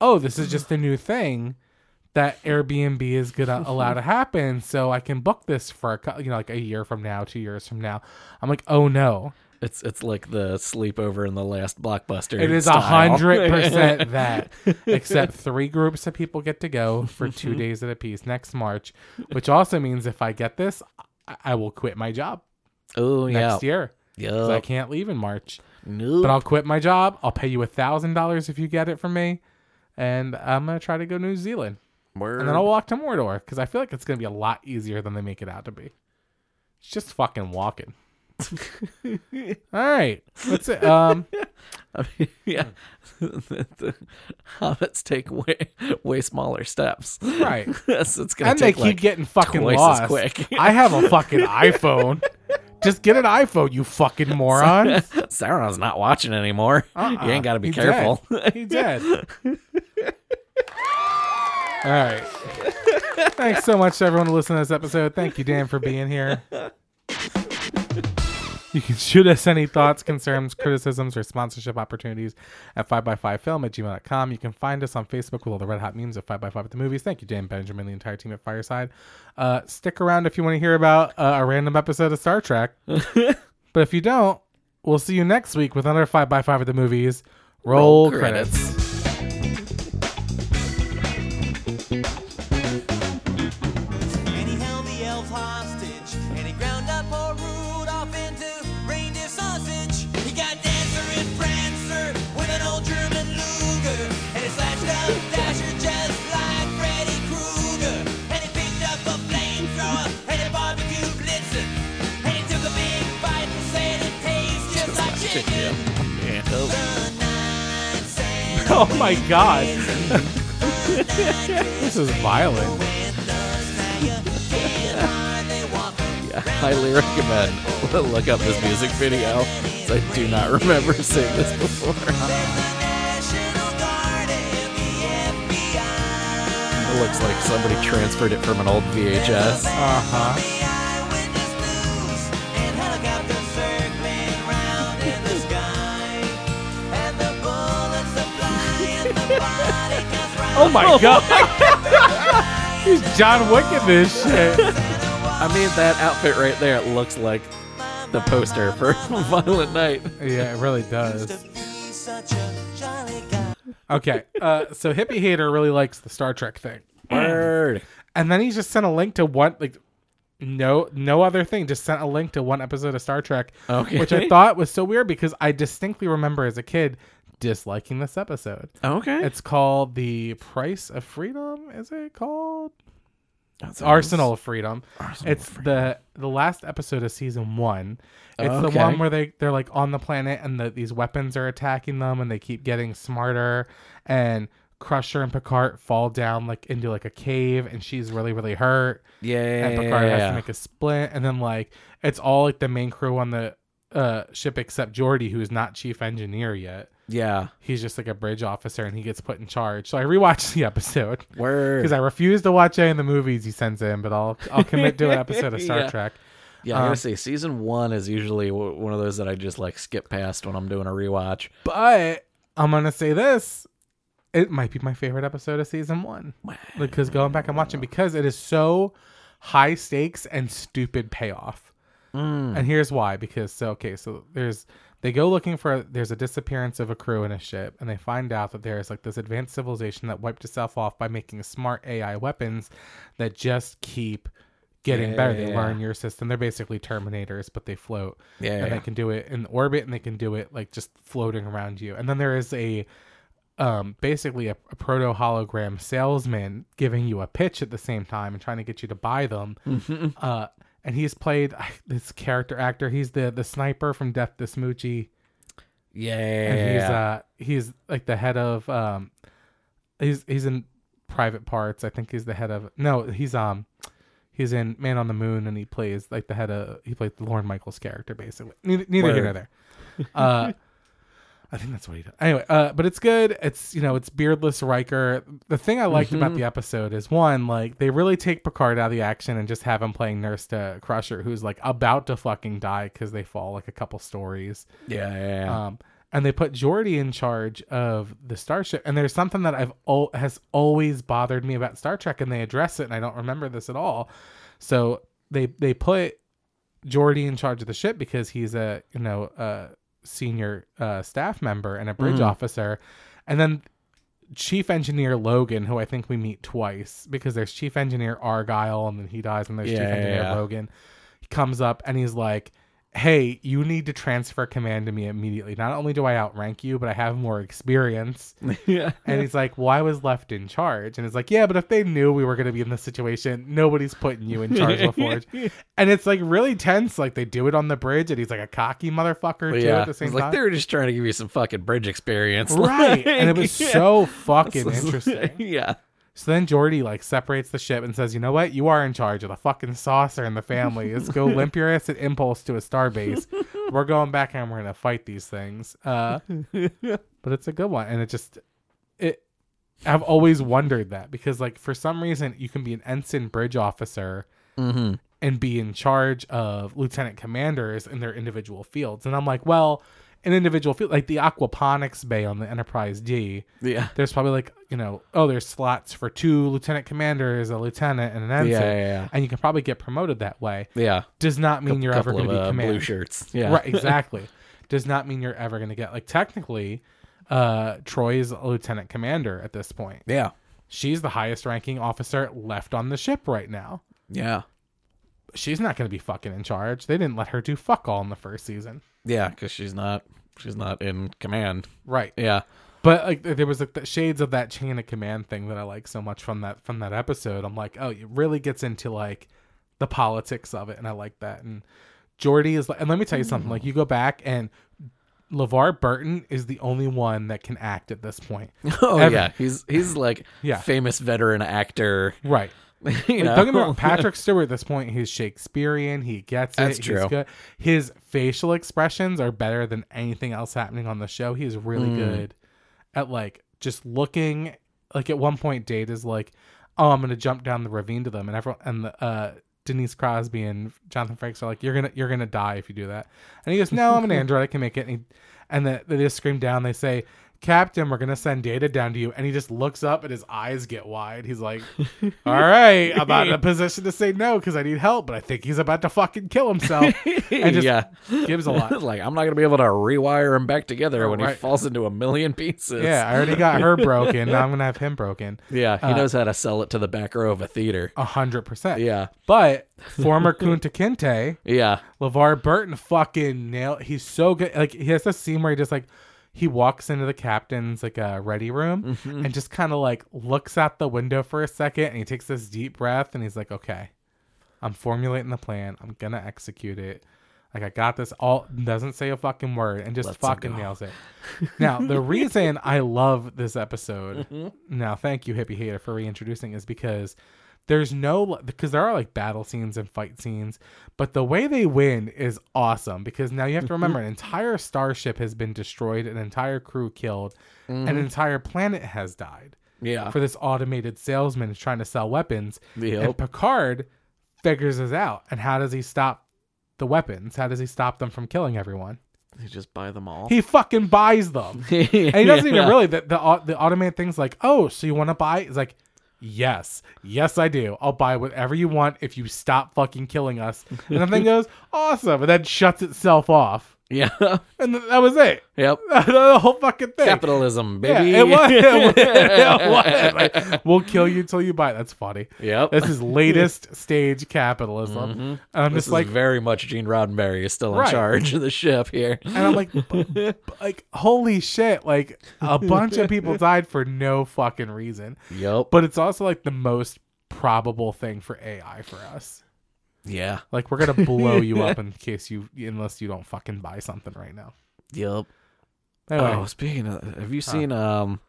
oh, this is just a new thing that Airbnb is gonna allow to happen, so I can book this for a cou- you know like a year from now, two years from now. I'm like, oh no, It's it's like the sleepover in the last blockbuster. it is a style. hundred percent that. Except three groups of people get to go for two days at a piece next March, which also means if I get this, I, I will quit my job Oh yeah. next year. 'cause I Yeah. can't leave in March. Nope. But I'll quit my job. I'll pay you a thousand dollars if you get it from me, and I'm gonna try to go to New Zealand, and then I'll walk to Mordor because I feel like it's gonna be a lot easier than they make it out to be. It's just fucking walking. All right, that's it. Um, I mean, yeah, the, the hobbits take way way smaller steps. Right. yes, it's gonna and they take keep like getting fucking twice as lost. quick. I have a fucking iPhone. Just get an iPhone, you fucking moron. Sauron's not watching anymore. Uh-uh. You ain't got to be He careful. Dead. He dead. All right. Thanks so much to everyone who listened to this episode. Thank you, Dan, for being here. You can shoot us any thoughts, concerns, criticisms, or sponsorship opportunities at 5x5film at gmail.com. You can find us on Facebook with all the red hot memes of 5x5 at the movies. Thank you, Dan Benjamin, the entire team at Fireside. Uh, stick around if you want to hear about uh, a random episode of Star Trek. but if you don't, we'll see you next week with another 5x5 at the movies. Roll, credits. And he held the elves hostage. And he ground up poor Rudolph into reindeer sausage. He got Dancer and Prancer with an old German Luger. And he slashed up Dasher just like Freddy Krueger. And he picked up a flamethrower and he barbecued Blitzen. And he took a big bite and said it tastes just like chicken. The night sang Oh my god. this is violent. with us, now you can't hardly walk I highly recommend look up this music video. 'cause I do not remember seeing this before. E, It looks like somebody transferred it from an old VHS. Uh huh. Oh my god. He's John Wick in this shit. I mean, that outfit right there it looks like the poster for Violent Night. Yeah, it really does. Such a jolly guy. Okay, uh, so Hippie Hater really likes the Star Trek thing. Word. And then he just sent a link to one, like, no no other thing just sent a link to one episode of star trek uh, Okay. which i thought was so weird because i distinctly remember as a kid disliking this episode Okay. it's called the price of freedom is it called That's- Arsenal of Freedom. Arsenal It's the the last episode of season one. It's the Okay. one where they they're like on the planet and the, these weapons are attacking them and they keep getting smarter and Crusher and Picard fall down like into like a cave and she's really really hurt Yeah, and yeah, Picard yeah, has yeah. to make a split and then like it's all like the main crew on the uh, ship except Geordi who is not chief engineer yet. yeah. He's just like a bridge officer and he gets put in charge. So I rewatched the episode Word. because I refuse to watch any of the movies he sends in, but I'll I'll commit to an episode of Star Yeah. Trek. yeah, I'm um, gonna say season one is usually w- one of those that I just like skip past when I'm doing a rewatch. But I'm gonna say this: it might be my favorite episode of season one because going back and watching because it is so high stakes and stupid payoff. And here's why: because so okay, so there's they go looking for there's a disappearance of a crew in a ship, and they find out that there's like this advanced civilization that wiped itself off by making smart AI weapons that just keep getting better. They Yeah. learn your system. They're basically Terminators, but they float Yeah, and they can do it in orbit and they can do it like just floating around you and then there is a um basically a, a proto hologram salesman giving you a pitch at the same time and trying to get you to buy them Mm-hmm. uh and he's played this character actor he's the the sniper from death to smoochie yeah. and he's uh he's like the head of um he's he's in private parts i think he's the head of no he's um he's in man on the moon and he plays like the head of he plays the lauren michaels character basically neither, neither here nor there uh I think that's what he does. Anyway, uh, but it's good. It's you know, it's beardless Riker. The thing I liked Mm-hmm. about the episode is one, like they really take Picard out of the action and just have him playing nurse to Crusher, who's like about to fucking die because they fall like a couple stories. yeah, yeah, yeah. Um, and they put Geordi in charge of the starship. And there's something that I've al- has always bothered me about Star Trek, and they address it, and I don't remember this at all. So they they put Geordi in charge of the ship because he's a you know a senior uh, staff member and a bridge Mm. officer, and then Chief Engineer Logan, who I think we meet twice because there's Chief Engineer Argyle, and then he dies, and there's Yeah, Chief yeah, Engineer yeah. Logan. He comes up and he's like, hey, you need to transfer command to me immediately. Not only do I outrank you, but I have more experience. yeah. And he's like, well, I was left in charge. And it's like, yeah, but if they knew we were going to be in this situation, nobody's putting you in charge of Forge. And it's like really tense. Like they do it on the bridge, and he's like a cocky motherfucker too at the same It's like time. they were just trying to give you some fucking bridge experience, Right. And it was Like, so yeah. fucking interesting. yeah, So then Jordy like separates the ship and says, "You know what? You are in charge of the fucking saucer and the family. Let's go limp your ass at impulse to a starbase. we're going back and we're gonna fight these things." Uh, but it's a good one, and it just it. I've always wondered that because like for some reason you can be an ensign bridge officer mm-hmm. and be in charge of lieutenant commanders in their individual fields, and I'm like, well, an individual field like the aquaponics bay on the Enterprise D yeah. there's probably like you know oh there's slots for two lieutenant commanders a lieutenant and an Yeah, ensign yeah, and you can probably get promoted that way yeah, yeah. does not mean you're ever Couple going to of, be uh, commander blue shirts. Yeah, right exactly does not mean you're ever going to get like technically uh troy's a lieutenant commander at this point yeah, she's the highest ranking officer left on the ship right now yeah, she's not going to be fucking in charge they didn't let her do fuck all in the first season yeah. Because she's not, she's not in command. right Yeah, But like there was like the shades of that chain of command thing that I like so much from that from that episode. I'm like, oh, it really gets into like the politics of it, and I like that. And Jordy is like, and let me tell you something. Like you go back and LeVar Burton is the only one that can act at this point. oh Every- yeah. He's he's like Yeah. famous veteran actor. Right. You Like, know? don't get me wrong, Patrick Stewart at this point, he's Shakespearean. He gets it. That's he's true. good. His facial expressions are better than anything else happening on the show. He is really Hmm. good at like just looking. Like at one point, Date is like, "Oh, I'm gonna jump down the ravine to them," and everyone and the, uh, Denise Crosby and Jonathan Frakes are like, "You're gonna you're gonna die if you do that." And he goes, "No, I'm an android. I can make it." And, he, and the, they just scream down. They say. Captain, we're gonna send data down to you, and he just looks up and his eyes get wide. He's like, all right, I'm not in a position to say no because I need help, but I think he's about to fucking kill himself. And just yeah, gives a lot. like I'm not gonna be able to rewire him back together when he Right. falls into a million pieces. Yeah, Uh, I already got her broken. Now I'm gonna have him broken. yeah. He knows how to sell it to the back row of a theater. A hundred percent. Yeah, But former Kunta Kinte, yeah. LeVar Burton fucking nail he's so good. Like he has this scene where he just like he walks into the captain's like uh, ready room and just kind of like looks out the window for a second and he takes this deep breath and he's like okay i'm formulating the plan i'm gonna execute it like i got this all doesn't say a fucking word and just fucking nails it now the reason i love this episode now thank you hippie hater for reintroducing is because there's no because there are like battle scenes and fight scenes but the way they win is awesome because now you have to remember an entire starship has been destroyed an entire crew killed an entire planet has died Yeah. for this automated salesman who's trying to sell weapons and Yep. picard figures this out and how does he stop the weapons how does he stop them from killing everyone You just buy them all. he fucking buys them and and he doesn't even really the the, au- the automated thing's like, oh, so you want to buy? It's like, yes, yes, I do. I'll buy whatever you want if you stop fucking killing us. And the thing goes, awesome, and then shuts itself off, Yeah. and th- that was it. yep. the whole fucking thing. Capitalism, Yeah, baby. it was. It was. Like, we'll kill you till you buy. That's funny. Yep. Mm-hmm. This is latest stage capitalism. And I'm This just is like, very much Gene Roddenberry is still in Right. charge of the ship here. And I'm like, b- b- like, holy shit! Like, a bunch of people died for no fucking reason. Yep. But it's also like the most probable thing for AI for us. yeah. Like, we're gonna blow you up in case you, unless you don't fucking buy something right now. Yep. Oh, Anyway, speaking of, have you seen um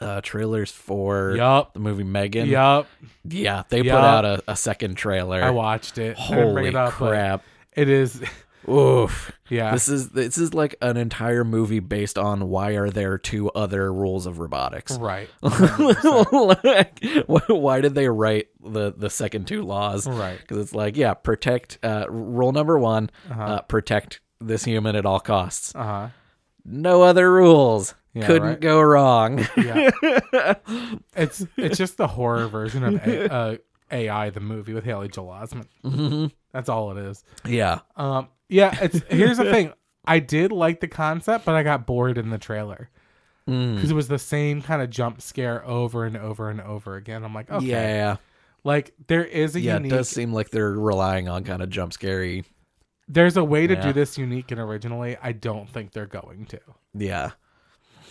uh trailers for yup, the movie Megan? yup. Yeah, they Yup. put out a, a second trailer. I watched it. I didn't bring Holy it up, but crap. It is, Oof. yeah. This is this is like an entire movie based on why are there two other rules of robotics? Right, Uh-huh. Oh, like, wh- why did they write the the second two laws? Right. Because it's like, yeah, protect. Uh, rule number one: Uh-huh. uh protect this human at all costs. uh huh. No other rules. Yeah, Couldn't right. go wrong. Yeah, it's it's just the horror version of a, uh, AI, the movie with Haley Joel Osment. That's all it is. yeah. Um, yeah, it's here's the thing. I did like the concept, but I got bored in the trailer Mm. because it was the same kind of jump scare over and over and over again. I'm like, okay, Yeah. like there is a Yeah. unique, It does seem like they're relying on kind of jump scary. there's a way to Yeah. do this unique and originally. I don't think they're going to. Yeah.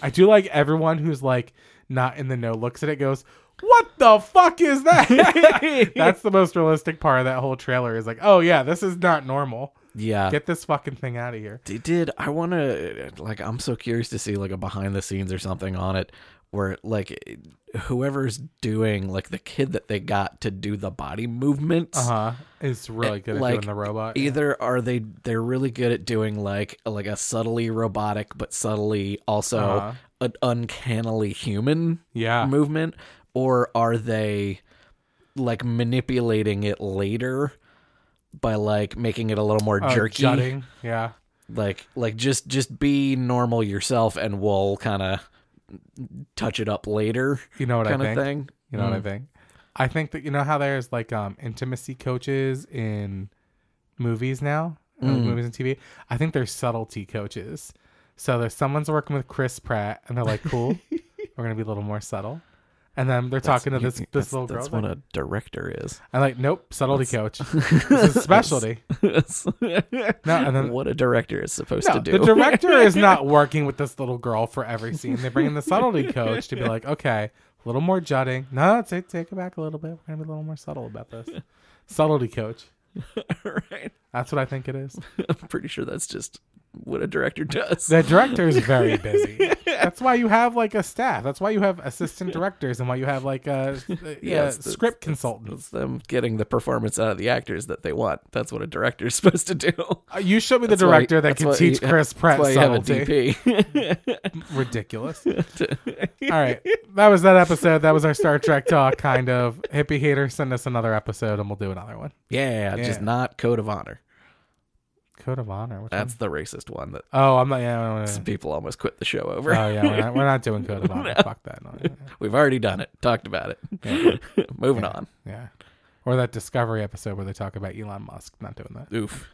I do like everyone who's like not in the know looks at it goes, "What the fuck is that?" That's the most realistic part of that whole trailer is like, "Oh yeah, this is not normal. Yeah. Get this fucking thing out of here." They did. I want to like. I'm so curious to see like a behind the scenes or something on it, where like whoever's doing like the kid that they got to do the body movements. Uh huh. It's really good at like, doing the robot. yeah. Either are they they're really good at doing like like a subtly robotic but subtly also Uh-huh. an uncannily human Yeah. movement, or are they like manipulating it later by like making it a little more Uh, jerky? jutting. Yeah. like like just just be normal yourself and we'll kind of touch it up later You know what I kind of think. thing Mm. You know what I think. I think that you know how there's like um intimacy coaches in movies now, uh, Mm. movies and TV. I think there's subtlety coaches. So there's someone's working with Chris Pratt, and they're like, "Cool, we're gonna be a little more subtle." And then they're talking to this this little girl. that's what like- a director is I'm like, "Nope, subtlety coach. this is specialty." No, and then what a director is supposed No, to do the director is not working with this little girl for every scene. They bring in the subtlety coach to be like, okay, a little more jutting. No, take take it back a little bit. We're gonna be a little more subtle about this. Subtlety coach. right That's what I think it is. i'm pretty sure that's just what a director does The director is very busy. That's why you have like a staff. That's why you have assistant directors and why you have like a, a Yes, that's- script consultant. it's them getting the performance out of the actors that they want that's what a director is supposed to do Uh, You show me the That's why- director that that's can why teach you- Chris Pratt that's why you have a subtlety. dp ridiculous. All right. That was that episode. That was our Star Trek talk, kind of. Hippie hater, send us another episode and we'll do another one. yeah, just Yeah. not code of honor Code of honor. Which that's the racist one that one? Oh, I'm not. Mm. Yeah, no, no, no. people almost quit the show over Oh, yeah. We're not, we're not doing code of honor. Fuck that. No, yeah, yeah, We've already done it. Talked about it. Moving on. yeah. Or that Discovery episode where they talk about Elon Musk. Not doing that. Oof.